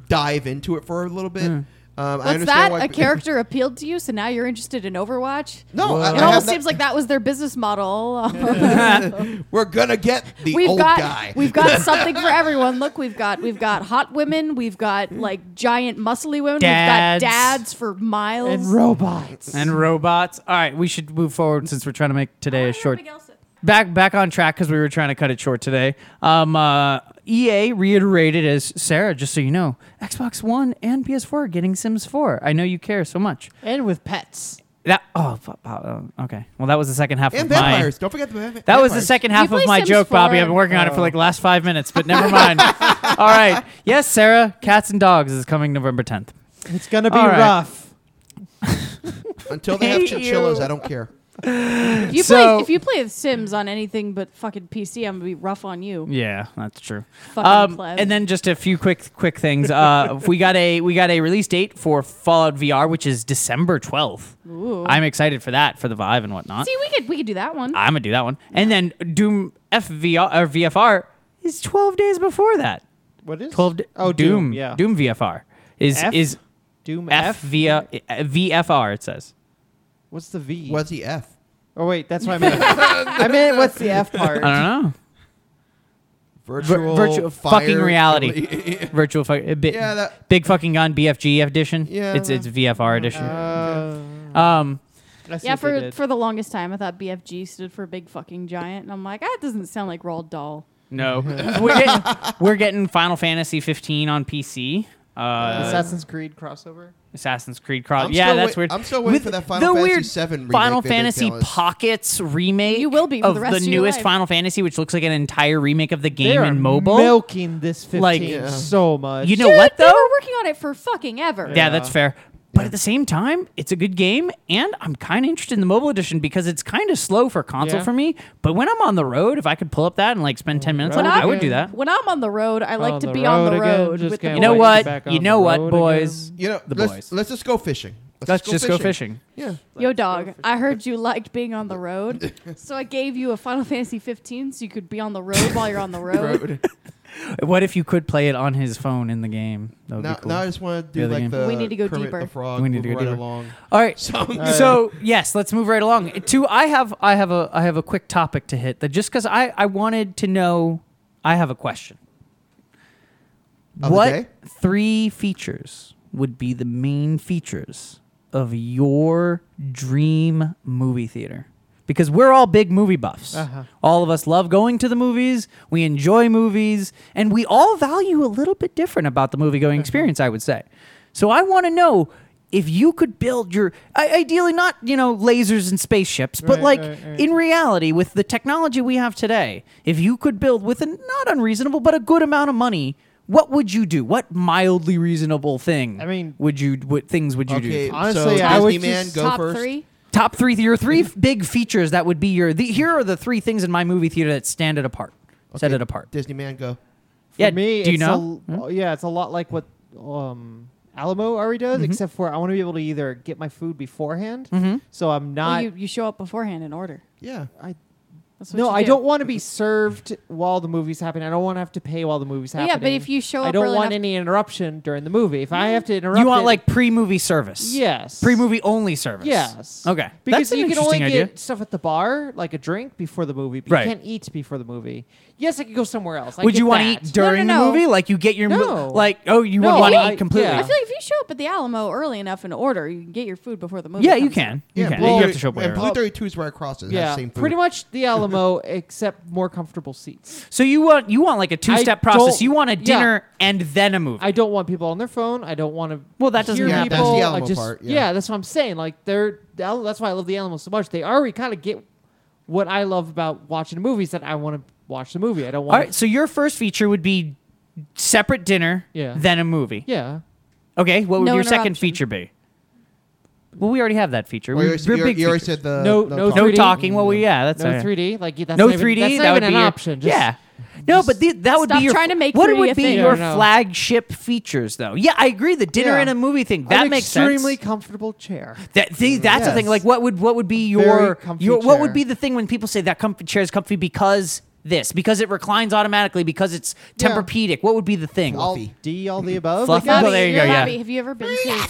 dive into it for a little
Hmm.
bit. Um, I
What's
understand
that?
Why
A character appealed to you, so now you're interested in Overwatch.
No, I,
Whoa.
I
It
have
almost
not-
seems like that was their business model.
*laughs* we're gonna get *laughs*
*laughs*
the
we've
old
got
guy. *laughs*
we've got something for everyone. Look, we've got we've got hot women, we've got like giant muscly women,
Dads.
we've got dads for miles.
and robots.
And robots. All right, we should move forward since we're trying to make
Oh,
today a short. back back on track because we were trying to cut it short today. Um, uh, EA reiterated as Sarah, just so you know, Xbox One and PS4 are getting Sims 4. I know you care so much.
and with pets.
That oh fu- oh, okay. Well, that was the second half
and
of my.
vampires. Don't forget the va-
That was the
vampires. Oh.
second half
You
of
play
my
Sims
joke,
4?
Bobby. I've been working on it for like the last five minutes, but
*laughs*
never mind. All right. Yes, Sarah. Cats and Dogs is coming November 10th.
It's gonna be
All right.
rough.
Until they have
Hate
chinchillas,
you.
I don't care.
*laughs*
If you
So-
play if you play The Sims on anything but fucking PC, I'm gonna be rough on you.
Yeah, that's true.
Fucking
Um,
pleb.
and then just a few quick quick things.
*laughs*
Uh, we got a we got a release date for Fallout VR, which is December twelfth.
Ooh.
I'm excited for that for the Vive and whatnot.
See, we could we could do that one.
I'm gonna do that one. And then Doom FVR or VFR is twelve days before that.
What is
Twelve. d-
Oh, Doom.
Doom.
Yeah,
Doom VFR is
F?
is
Doom
F uh, via VFR. It says.
What's the V?
What's the F?
Oh wait, that's what I *laughs* meant. I meant what's the F *laughs* part?
I don't know.
Virtual,
virtual-
fire-
fucking *laughs* reality. Virtual fuck, a bit,
Yeah, that-
big fucking gun BFG edition.
Yeah.
it's it's VFR edition.
Uh,
um,
I see
yeah,
what they
for
did.
for the longest time, I thought BFG stood for Big Fucking Giant, and I'm like, that doesn't sound like Roald Dahl.
No, *laughs*
*laughs*
we're, getting, we're getting Final Fantasy 15 on PC. Uh,
Assassin's Creed crossover.
Assassin's Creed Cross.
I'm
Yeah,
still
that's
wait-
weird.
I'm still waiting
With
for that Final
the
Fantasy
weird
7 remake
Final
they've been
Fantasy
telling us.
Pockets remake.
You will be for
of
the rest of your
newest
life.
Final Fantasy, which looks like an entire remake of the game
they are
in mobile.
milking this 15
Like-
Yeah.
so much.
You know
Dude,
what
they
though?
were working on it for fucking ever.
yeah, that's fair. But at the same time, it's a good game, and I'm kind of interested in the mobile edition because it's kind of slow for console
Yeah.
for me. But when I'm on the road, if I could pull up that and like spend 10 minutes
road
on it, I would
again.
do that.
When I'm on the road, I like
On
to
the
be on the
road again,
road.
just
with the
can't
You know
wait.
boys.
what?
back on
You
the
know what,
road
boys?
You know,
The
let's,
boys.
let's just go fishing.
Let's just go fishing.
Yeah.
Yo, dog, I heard you liked being on
*laughs*
the road, so I gave you a Final Fantasy 15 so you could be on the road while
*laughs*
you're on the road.
Road.
What if you could play it on his phone in the game? That would
Now,
be cool.
now I just want to do
The other
like
game.
the
We need to go
Kermit
deeper.
The frog,
We need to
move
go
right
deeper.
Along.
All right. So,
So,
yes, let's move right along. Two, I have I have a I have a quick topic to hit that just because I I wanted to know I have a question.
Of the day?
what three features would be the main features of your dream movie theater? Because we're all big movie buffs.
Uh-huh.
All of us love going to the movies. We enjoy movies, and we all value a little bit different about the movie going
Uh-huh.
experience. I would say. So I want to know if you could build your I, ideally not you know lasers and spaceships, but
Right,
like
right, right.
in reality with the technology we have today, if you could build with a not unreasonable but a good amount of money. What would you do? What mildly reasonable thing?
I mean-
would you what things would you
okay,
do?
Honestly,
so
I would
Disney man,
just-
go
Top
first.
three.
Top three, your three *laughs* big features that would be your. The, here are the three things in my movie theater that stand it apart, set
Okay,
it apart.
Disney man, go.
For
yeah,
me,
do you
it's
know? Hmm?
a- uh, yeah, it's a lot like what um, Alamo already does,
Mm-hmm.
except for I want to be able to either get my food beforehand, so I'm
Well,
not.
you, you show up beforehand and order.
Yeah.
I,
That's what
no,
you
I
do.
don't want to be served while the movie's happening. I don't want to have to pay while the movie's
Yeah,
happening.
but if you show
I
up
don't
early
want
enough-
any interruption during the movie. If I have to interrupt,
You want
it-
like pre-movie service?
yes,
Pre-movie only service.
Yes.
Okay.
Because
That's an
you can only
interesting idea.
get stuff at the bar, like a drink before the movie, but
Right.
you can't eat before the movie. Yes, I could go somewhere else. I
would you
want
want to eat during
no,
the
no.
movie? Like you get your mo-
No.
like oh you
No,
would want to
I-
eat completely.
yeah.
I feel like if you show up at the Alamo early enough and order, you can get your food before the movie.
Yeah, you
comes
can.
Yeah,
you can.
Blue
you have
Thirty-
to show up
And
later.
Blue 32 is right across it. It has
Yeah,
the same food.
pretty much the Alamo, *laughs* except more comfortable seats.
So you want you want like a two-step process.
don't-
You want a
yeah.
dinner and then a movie.
I don't want people on their phone. I don't want to.
Well, that doesn't
hear
happen.
people.
That's the Alamo
I just,
part, yeah.
Yeah. that's what I'm saying. Like they're the Al- that's why I love the Alamo so much. They already kind of get what I love about watching movies that I want to watch the movie. I don't
All
want.
right. So your first feature would be separate dinner,
Yeah.
then a movie.
Yeah.
Okay. What would
No
your second
interruption.
feature be? Well, we already have that feature.
Well,
We-
you already,
we're
you
big
already
features.
said the
No-
the
no
top.
no
3D?
talking. Well, we, yeah, that's
No
all right.
3D. Like that's
no
not even-
3D.
that's not
that
even
would
an
be your-
option. Just
yeah. No,
Just-
but the, that would
Stop
be your
trying to make
what
three
would
a
be
thing.
your
No, no.
flagship features, though. Yeah, I agree. The dinner
Yeah.
and a movie thing that
An
makes
extremely
sense.
comfortable chair.
That, see, that's the thing.
Yes.
Like, what would what would be
Very
your,
comfy
your what would
chair.
be the thing when people say that comfy chair is comfy because this because it reclines automatically because it's
Yeah.
temperpedic? What would be the thing?
All
Fluffy.
D, all the above.
Fluffy.
I,
Well,
guess.
there you
you're
go, yeah.
Robbie, Have you ever been to?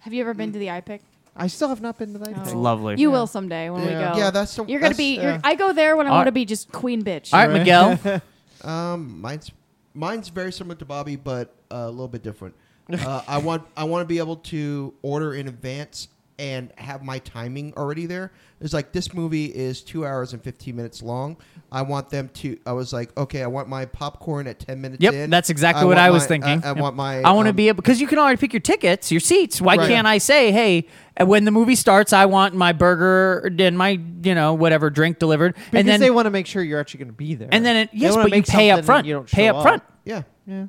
Have you ever been to the IPIC?
I still have not been to that.
It's
thing.
lovely.
You will someday when
Yeah.
we go.
Yeah, that's the-
You're gonna
that's-
be. You're,
yeah.
I go there when I
All
want to
right.
be just queen bitch. Oh,
All right,
*laughs*
Miguel.
Um, mine's mine's very similar to Bobby, but uh, a little
*laughs*
bit different. Uh, I want I want to be able to order in advance and have my timing already there. It's like this movie is two hours and fifteen minutes long. I want them to. I was like, okay, I want my popcorn at ten minutes.
Yep,
in.
that's exactly what
want
I was
my-
thinking.
I, I
Yep.
want my.
I want to
um,
be able because you can already pick your tickets, your seats. Why
Right.
can't I say, hey, when the movie starts, I want my burger and my you know whatever drink delivered,
Because
and then
they want to make sure you're actually going to be there.
and then it,
They
yes,
wanna
but you
make
pay
something
up
that
front.
you don't
pay
show
up front.
Yeah.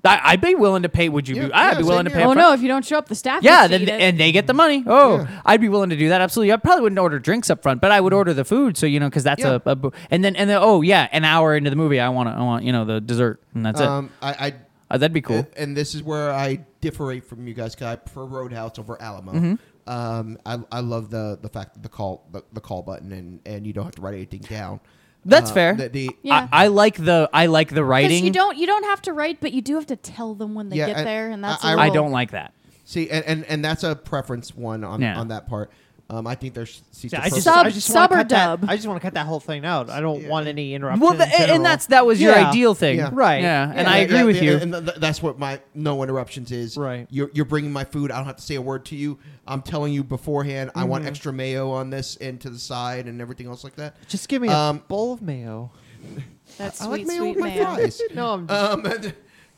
I, I'd be willing to pay. Would you?
Yeah,
be, I'd
yeah,
be willing to
same
pay.
here.
up
Oh
front.
no! If you don't show up, the staff.
Yeah,
gets to
then,
eat it.
and they get the money. Oh,
Yeah. Mm.
I'd be willing to do that. Absolutely, I probably wouldn't order drinks up front, but I would order the food. So you know, because that's
Yeah.
a, a bo- and then and then oh yeah, an hour into the movie, I want to I want you know the dessert and that's it.
Um, I, I
Uh, that'd be cool.
And, and this is where I differate from you guys because I prefer Roadhouse over Alamo.
Mm-hmm.
Um, I, I love the the fact that the call the, the call button and, and you don't have to write anything down.
That's
Uh,
fair.
The, the-
Yeah.
I, I like the I like the
Because
writing.
you don't you don't have to write, but you do have to tell them when they
Yeah,
get
I-
there, and that's. a
I- I-
I
little-
don't like that.
see, and, and, and that's a preference one on,
Yeah.
on that part. Um, I think there's seats.
See,
are
I just-
perfect.
Sub-
I just
sub
wanna
or
cut that-
dub?
I just want to cut that whole thing out. I don't want any interruptions.
Well, the,
in
and
general.
that's that was your
Yeah.
ideal thing,
Yeah.
Right.
Yeah, and
Yeah,
I
Yeah,
agree
yeah,
with
yeah,
you.
And th- that's what my no interruptions is.
Right.
You're, you're bringing my food. I don't have to say a word to you. I'm telling you beforehand. I
Mm-hmm.
want extra mayo on this and to the side and everything else like that.
Just give me
Um,
a bowl of mayo. Uh,
That's
I
sweet,
like mayo
sweet
with my
*laughs*
mayo.
fries.
no, I'm just,
Um, *laughs* and,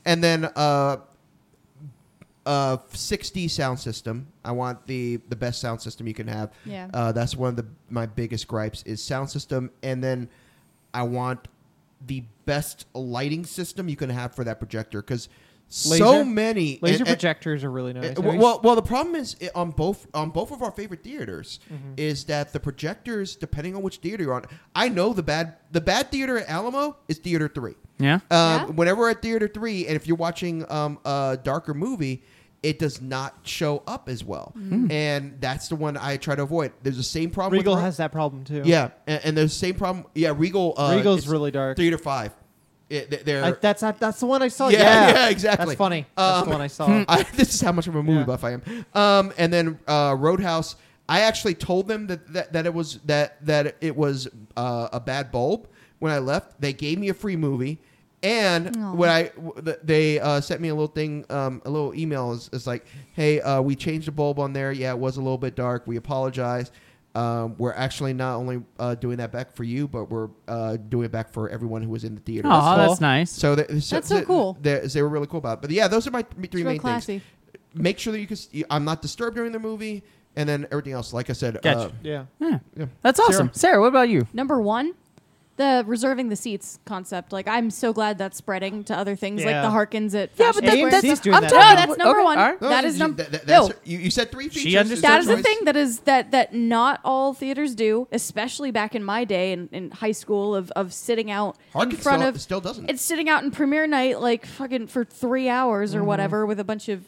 and then uh, uh, 6D sound system. I want the the best sound system you can have.
Yeah.
Uh, that's one of the my biggest gripes is sound system, and then I want the best lighting system you can have for that projector because so
Laser?
many
laser
and- and-
projectors are really nice. I
uh, well,
mean,
well, well, the problem is i- on both on both of our favorite theaters
Mm-hmm.
is that the projectors, depending on which theater you're on, I know the bad the bad theater at Alamo is theater three.
Yeah.
Um,
Yeah.
Whenever we're at theater three, and if you're watching um, a darker movie, it does not show up as well, and that's the one I try to avoid. There's the same problem. with
Hmm. Regal
Ro-
has that problem too.
yeah, and, and there's the same problem. Yeah, Regal. Uh,
Regal's
it's
really dark.
Theater five. It, th- they're
I, that's not, that's the one I saw.
Yeah,
Yeah,
yeah, exactly. Um,
That's
hmm.
funny. that's the one I saw.
*laughs* I, this is how much of a movie
Yeah.
buff I am. Um, and then uh, Roadhouse. I actually told them that, that, that it was that that it was uh, a bad bulb when I left. They gave me a free movie, and
Aw.
when I w- th- they uh, sent me a little thing, um, a little email is, is like, "Hey, uh, we changed the bulb on there. Yeah, it was a little bit dark. We apologize. Um, we're actually not only uh, doing that back for you, but we're uh, doing it back for everyone who was in the theater.
Aw,
cool.
that's nice.
So, th- so
That's so
th-
cool.
They, they were really cool about it. But yeah, those are my th- three
It's
main
real classy.
things. Make sure that you can. s- you- I'm not disturbed during the movie, and then everything else. Like I said,
Gotcha.
uh,
Yeah.
yeah.
yeah.
That's awesome. Sarah. what about you?
Number one, the reserving the seats concept. Like I'm so glad that's spreading to other things,
Yeah.
like the Harkins at. Fashion
that-
Square.
that's- AMC's doing
I'm
that
talking
now.
No, that's number one.
all right.
No,
That
you-
is num-
that- that-
no.
that's- You, you said three features.
understands.
that
That's
is
their
the
choice.
thing that is that that not all theaters do, especially back in my day in, in high school of, of sitting out
Harkins
in front
still-
of
still doesn't.
It's sitting out in premiere night like fucking for three hours
Mm-hmm.
or whatever with a bunch of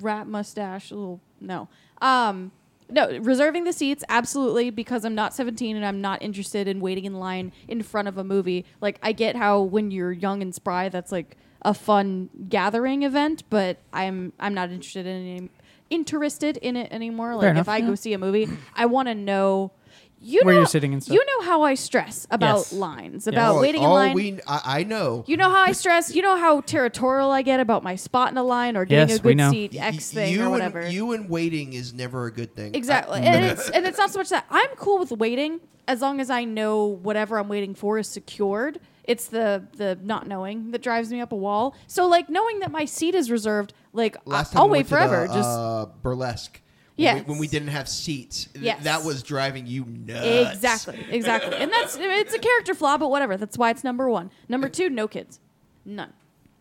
rat mustache little no. Um no, reserving the seats absolutely because I'm not 17 and I'm not interested in waiting in line in front of a movie. Like I get how when you're young and spry that's like a fun gathering event, but I'm I'm not interested in any, interested in it anymore. Like
enough,
if I
yeah.
go see a movie, I want to know you
Where
know,
you're sitting and stuff.
You know how I stress about
Yes.
lines, about
Oh,
waiting in
all
line.
We, I, I know.
You know how I stress. You know how territorial I get about my spot in a line or getting
Yes,
a
we
good
know.
seat X
Y-
thing
you
or whatever.
And, you uh, and waiting is never a good thing. *laughs*
exactly, and it's and it's not so much that I'm cool with waiting as long as I know whatever I'm waiting for is secured. It's the the not knowing that drives me up a wall. So like knowing that my seat is reserved, like
I,
I,
last time
will
we
wait
went to
forever.
the,
just
uh, burlesque. When
Yes.
we, when we didn't have seats, th-
Yes.
that was driving you nuts.
Exactly, exactly. And that's it's a character flaw, but whatever. That's why it's number one. Number two, no kids, none,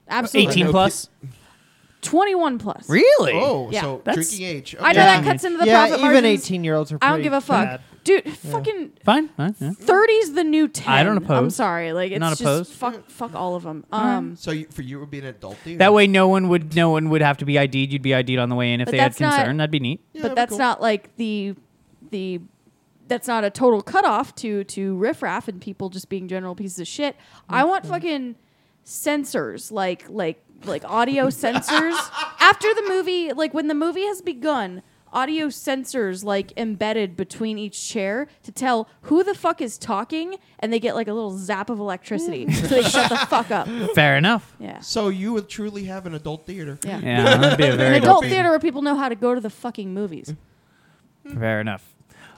absolutely,
18
no
plus.
twenty-one plus.
Really?
Oh,
Yeah.
so
That's-
drinking age.
I know
Okay.
that cuts into the
yeah,
profit
even
margins.
eighteen year olds are.
I don't
pretty
give a fuck.
bad.
Dude, fucking
Fine. Fine. Yeah.
30's the new 10.
I don't
I'm
oppose.
sorry. Like it's
Not
just
opposed.
fuck fuck all of them. Um
So you, for you, it would be an adult theater.
That way, no one would no one would have to be ID'd. You'd be ID'd on the way in if
But
they had
that's not-
concern. That'd be neat.
Yeah,
but
that'd be
that's
cool.
not like the the that's not a total cutoff to to riffraff and people just being general pieces of shit.
Mm,
I want fucking sensors like like like audio sensors *laughs* after the movie like when the movie has begun audio sensors like embedded between each chair to tell who the fuck is talking and they get like a little zap of
*laughs*
electricity so they shut the fuck up
Fair enough.
yeah
So you would truly have an adult theater.
yeah,
Yeah, that'd be a
an
very
adult
good-
theater where people know how to go to the fucking movies
Fair enough.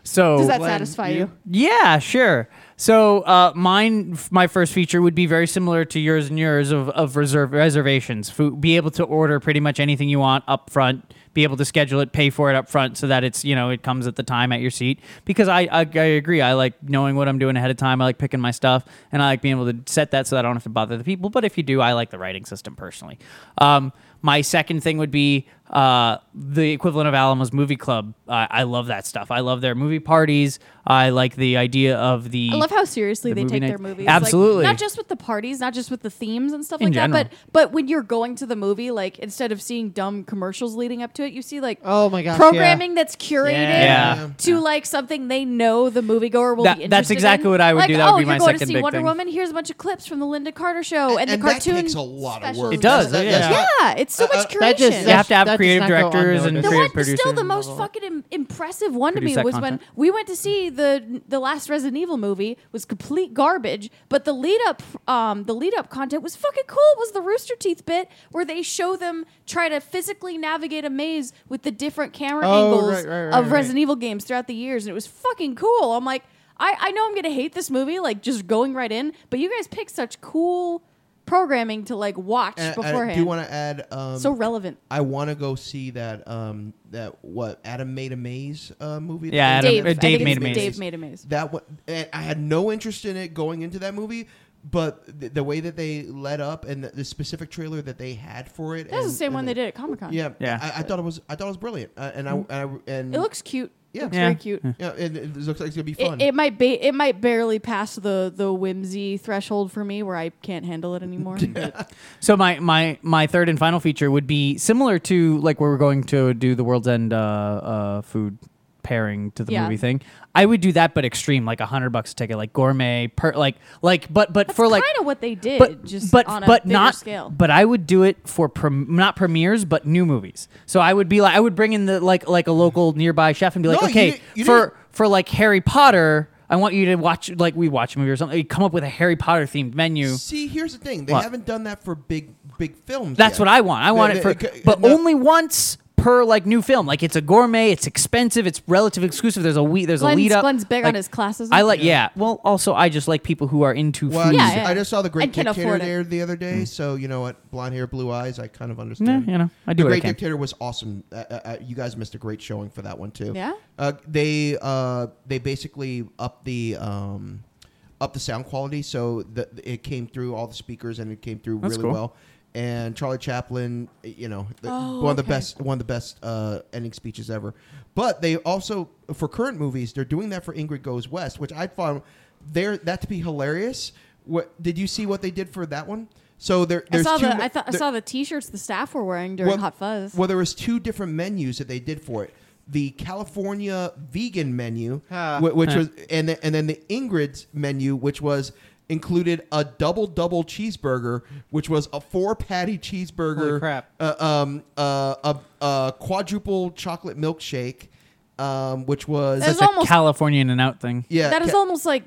So
does that
Oh, Glenn,
satisfy
you-
you
Yeah, sure. So uh, mine, f- my first feature would be very similar to yours and yours of, of reserve reservations. Food, be able to order pretty much anything you want up front. Be able to schedule it, pay for it up front, so that it's you know it comes at the time at your seat. Because I, I I agree, I like knowing what I'm doing ahead of time. I like picking my stuff, and I like being able to set that so that I don't have to bother the people. But if you do, I like the writing system personally. Um, my second thing would be uh, the equivalent of Alamo's Movie Club. I I love that stuff. I love their movie parties. I like the idea of the.
I love how seriously
the
they
movie
take their
nights.
movies.
Absolutely.
Like, not just with the parties, not just with the themes and stuff
In
like
general.
that, but but when you're going to the movie, like instead of seeing dumb commercials leading up to it, you see like
Oh my gosh, yeah.
programming that's curated
Yeah. Yeah.
to like something they know the moviegoer will
That-
be
that's
interested
exactly
in.
what I would
like,
do. That would
oh,
be my
you're going to
second
see
big
Wonder
thing.
Woman. Here's a bunch of clips from the Linda Carter show Oh, and,
and
the cartoon.
That takes a lot of
specials.
work.
It does,
That-
yeah.
that's-
Yeah.
Yeah, it's so much
Uh,
creation.
that just
You have to have
That does
creative
not go
directors and
unnoticed.
The
creative
one,
producers.
still the most fucking im- impressive one to
Produce
me
that
was
content.
when we went to see the the last Resident Evil movie was complete garbage, but the lead up um the lead up content was fucking cool. Was the Rooster Teeth bit where they show them try to physically navigate a maze with the different camera
Oh,
angles
right, right, right,
of
right.
Resident Evil games throughout the years, and it was fucking cool. I'm like, I I know I'm gonna hate this movie, like just going right in, but you guys pick such cool programming to like watch
And I,
beforehand.
I do want to add. Um,
so relevant.
I want to go see that um that what Adam made a maze uh, movie.
Yeah, Adam-
Dave,
uh,
I
Dave
think it's
made a maze.
Dave made a maze.
That what and I had no interest in it going into that movie, but th- the way that they led up and the, the specific trailer that they had for it.
That's
and-
the same
and
one they did at Comic Con.
Yeah,
Yeah.
I, I thought it was I thought it was brilliant, uh, and I and, I, and
It looks cute.
Yeah.
Yeah. Looks
Yeah.
very cute.
yeah, and it looks like it's gonna be fun.
It, it might be it might barely pass the the whimsy threshold for me where I can't handle it
*laughs*
anymore. but
So my my my third and final feature would be similar to like where we're going to do the World's End uh, uh, food pairing to the
Yeah.
movie thing. I would do that, but extreme, like a hundred bucks a ticket, like gourmet, per, like like, but but for like
kind of what they did,
but
just
but
on a
but
bigger
not
scale.
but I would do it for prem- not premieres but new movies. So I would be like I would bring in the like like a local nearby chef and be like,
No, you
okay,
didn't- you
for
didn't-
for like Harry Potter, I want you to watch like we watch a movie or something. Come up with a Harry Potter themed menu.
See, here's the thing: they
What?
haven't done that for big big films.
That's
yet.
what I want. I want
They-
it for,
they-
but
no,
only once per like new film. Like it's a gourmet, it's expensive, it's relative exclusive. There's a we, there's a
Glenn's-
lead up.
Glenn's big on
Like,
his classes.
I like, yeah. Well, also I just like people who are into
Well, I,
food.
Yeah,
just,
yeah.
I just saw the Great
And can
Dictator
afford it.
there the other day, so you know what? Blonde hair, blue eyes. I kind of
Mm. Nah,
understand.
you know, I do
the
what I
Great
can.
Dictator was awesome. Uh, uh, uh, you guys missed a great showing for that one too.
Yeah?
Uh, they uh, they basically up the um, up the sound quality, so the, it came through all the speakers and it came through
That's
really
cool.
well. And Charlie Chaplin, you know, the,
Oh,
one of the
okay.
best one of the best uh, ending speeches ever. But they also for current movies, they're doing that for Ingrid Goes West, which I found there that to be hilarious. What did you see what they did for that one? So there,
I
there's
saw
two
the
mo-
I, thought I
there-
saw the t-shirts the staff were wearing during
well-
Hot Fuzz.
Well, there was two different menus that they did for it. The California vegan menu,
Huh.
whi- which
Huh.
was, and then, and then the Ingrid's menu, which was included a double double cheeseburger, which was a four patty cheeseburger,
Holy crap.
Uh, um, uh, a, a quadruple chocolate milkshake, um, which was
That
That's
That's
a
almost-
California in and out thing.
yeah,
that is
ca-
almost like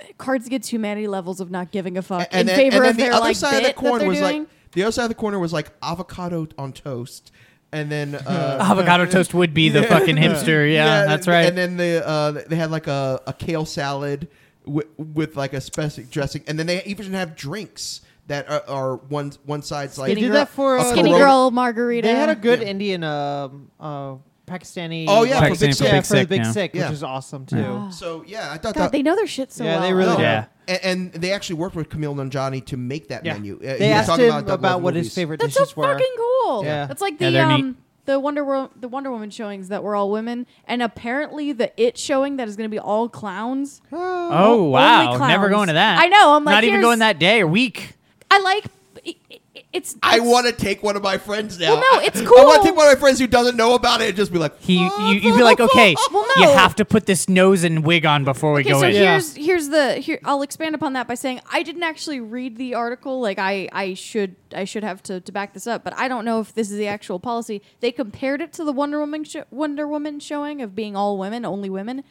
uh, Cards Against Humanity levels of not giving a fuck
and
in
then,
favor
and then
of their
the other
like
side of the
bit that
corner
they're
was
doing.
like the other side of the corner was like avocado on toast, and
*laughs*
then uh,
Avocado toast would be the fucking hipster. Yeah, that's right.
And then they uh, they had like a, a kale salad with, with like a specific dressing, and then they even have drinks that are, are one one side's like
They did that for, uh,
Skinny
Corona-
Girl Margarita.
They had a good
Yeah.
Indian, um, uh, Pakistani.
Oh, yeah,
like,
for Big
yeah,
Sick.
for the Big
Yeah.
Sick,
Yeah.
which is awesome too.
Yeah.
So yeah, I thought Oh,
God,
that
they know their shit so
Yeah,
well.
they really
do. Yeah.
A- And, they actually worked with Camille Nanjani to make that
Yeah.
menu. Uh, you
They
were
asked
talking
him
Doug
about,
Love
what his
movies.
favorite
That's so
dishes were.
fucking cool.
Yeah.
That's like
Yeah,
the
they're neat.
um the Wonder Wo- the Wonder Woman showings that were all women, and apparently the It showing that is going to be all clowns.
Oh
Only
wow! Never
clowns.
going to that.
I know, I'm like,
not even
here's-
going that day or week.
I like i- i- it's.
I
it's-
want to take one of my friends now.
Well, no, it's
*laughs* I want
cool.
to take one of my friends who doesn't know about it and just be like,
He, you, you'd be like, okay,
Oh, Well,
you
no.
have to put this nose and wig on before we
Okay,
go
so
in.
Yeah.
here's here's the here. I'll expand upon that by saying I didn't actually read the article. Like I I should I should have to, to back this up, but I don't know if this is the actual policy. They compared it to the Wonder Woman sho Wonder Woman showing of being all women, only women.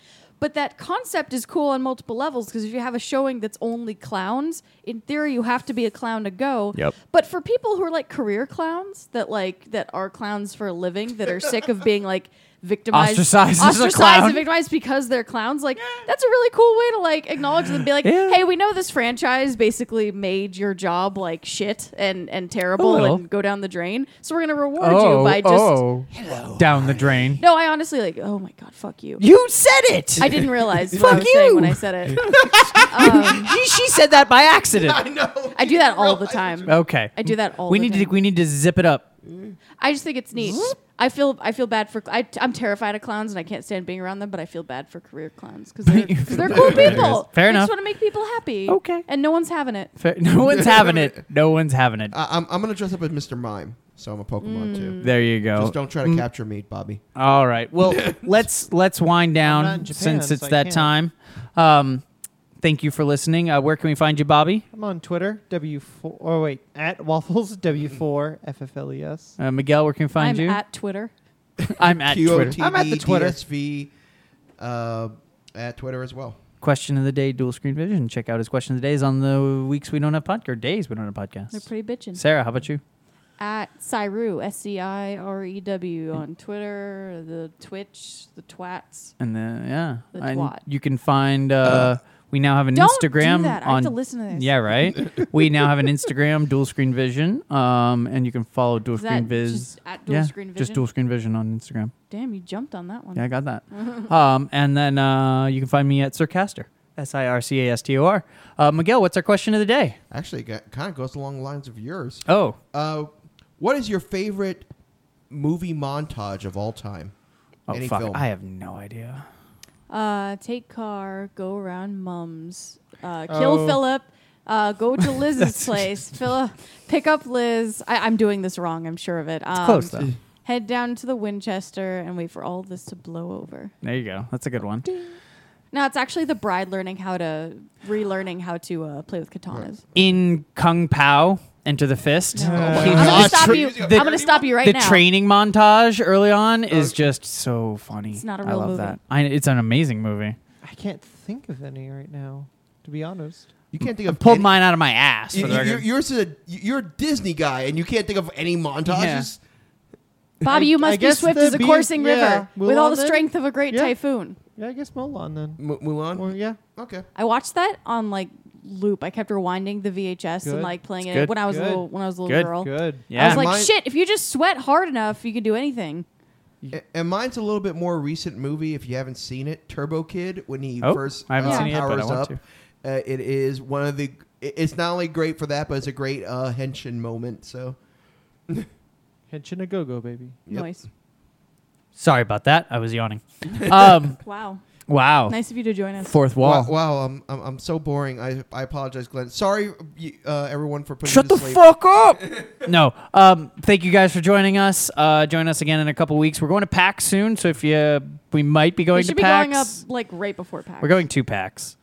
But that concept is cool on multiple levels because if you have a showing that's only clowns, in theory you have to be a clown to go.
Yep.
But for people who are like career clowns that like that are clowns for a living that are sick of being like victimized,
Ostracized as a
ostracized
clown.
and victimized because they're clowns. Like that's a really cool way to like acknowledge them. Be like,
Yeah.
hey, we know this franchise basically made your job like shit and and terrible
little.
and go down the drain. So we're gonna reward you by just.
Oh, down the drain.
No, I honestly like. Oh my god, fuck you.
You said it.
I
*laughs*
didn't realize what I
Fuck
was saying when
you.
I said it.
*laughs* she, she said that by accident.
*laughs* I know.
*laughs* I do that all the time.
*laughs* Okay.
I do that all
We
the
need to
time.
we need to zip it up.
I just think it's neat. I feel I feel bad for I, am terrified of clowns and I can't stand being around them, but I feel bad for career clowns
*laughs*
because they're, 'cause they're cool people.
Fair
they
enough.
Just want to make people happy.
Okay.
and no one's having it.
Fair- *laughs* No one's having it. No one's having it.
I, I'm, I'm going to dress up as Mr. Mime, so I'm a
Mm.
Pokemon too.
There you go.
Just don't try to capture me, Bobby.
All right.
*laughs*
Well, let's let's wind
not in
down
Japan,
since
so
it's
I
that
can't.
time. Um, thank you for listening. Uh, where can we find you, Bobby?
I'm on Twitter, W4, oh wait, *laughs* at
*laughs*
Waffles, W4, FFLES.
Uh, Miguel, where can we find
I'm
you?
at Twitter.
I'm at Twitter.
QOTD,
I'm at the Twitter.
DSV, uh, at Twitter as well.
Question of the day, dual screen vision. Check out his question of the days on the weeks we don't have podcast or days we don't have
They're
podcasts.
pretty bitchin'.
Sarah, how about you?
at Cyru, S C I R E W on Twitter, the Twitch, the twats.
And then yeah,
The
And
twat.
you can find. Uh, we now have an
Don't
Instagram
do that.
on.
I have to listen to this.
Yeah,
*laughs*
right. we now have an Instagram, Dual Screen Vision, um, and you can follow Dual
Is
Screen
that
Viz.
just at Dual
yeah,
Screen
just
Vision?
Dual Screen Vision on Instagram.
Damn, you jumped on that one.
Yeah, I got
*laughs*
that. um, and then uh, you can find me at Sircaster. S I R C A S T O R. Uh, Miguel, what's our question of the day?
Actually, it kind of goes along the lines of yours.
Oh,
Uh, what is your favorite movie montage of all time?
oh
Any
fuck!
film.
I have no idea.
Uh, take car, go around mums, uh, kill
Oh.
Philip, uh,
*laughs*
go to Liz's place, Philip, pick up Liz. I, I'm doing this wrong. I'm sure of it. Um,
It's close though.
Head down to the Winchester and wait for all this to blow over.
There you go. That's a good one.
No, it's actually the bride learning how to relearning how to uh, play with katanas.
In Kung Pao, Enter the Fist.
No.
Oh my
He
I'm gonna
God.
just-
stop
Tra-
you.
the-
I'm gonna stop you right
the
now.
training montage early on is just so funny.
It's not a
I
real
love
movie.
that. I, it's an amazing movie.
I can't think of any right now, to be honest.
You can't think of
Pulled
any-
mine out of my ass.
You,
For the
you,
record.
you're, a, you're a Disney guy, and you can't think of any montages.
Bobby,
I-
you
I
must be
guess
swift
the
as a
bee-
coursing
yeah,
river with all the
Mulan then?
strength of a great
Yeah.
typhoon.
Yeah, I guess Mulan then.
M- Mulan.
Or, yeah.
okay.
I watched that on like loop. I kept rewinding the VHS and
Good.
like playing
It's
it
good.
when I was a
Good.
little when I was a little
Good.
girl.
Good.
yeah.
I was like,
Mine-
shit, if you just sweat hard enough, you can do anything.
A- And mine's a little bit more recent movie. If you haven't seen it, Turbo Kid, when he
Oh,
first
I haven't
uh,
seen it yet, but I
powers
want
up,
to.
Uh, it is one of the. it- It's not only great for that, but it's a great uh, henshin moment. So
Henshin a go go, baby.
Yep.
Noise.
Sorry about that. I was yawning. Um,
Wow.
*laughs* wow.
Nice of you to join us.
Fourth wall.
wow, wow I'm, I'm I'm so boring. I I apologize, Glenn. Sorry, you- uh, everyone for putting
Shut
you
the
to sleep.
fuck
*laughs*
up. no. Um, thank you guys for joining us. Uh, join us again in a couple weeks. We're going to PAX soon, so if you, we might be
we
going
should
to
be
PAX.
going up like right before PAX.
We're going to PAX,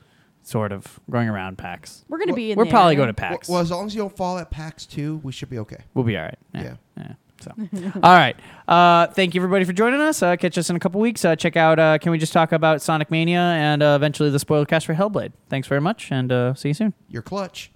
sort of. We're going around PAX.
We're gonna be in
We're
there.
probably going to
Well,
PAX.
well, as long as you don't fall at PAX two, we should be okay.
We'll be all right.
Yeah.
yeah. So, all right. Uh, thank you everybody for joining us. Uh, catch us in a couple weeks. Uh, check out. Uh, Can we just talk about Sonic Mania and uh, eventually the spoiler cast for Hellblade? Thanks very much, and uh, see you soon.
You're clutch.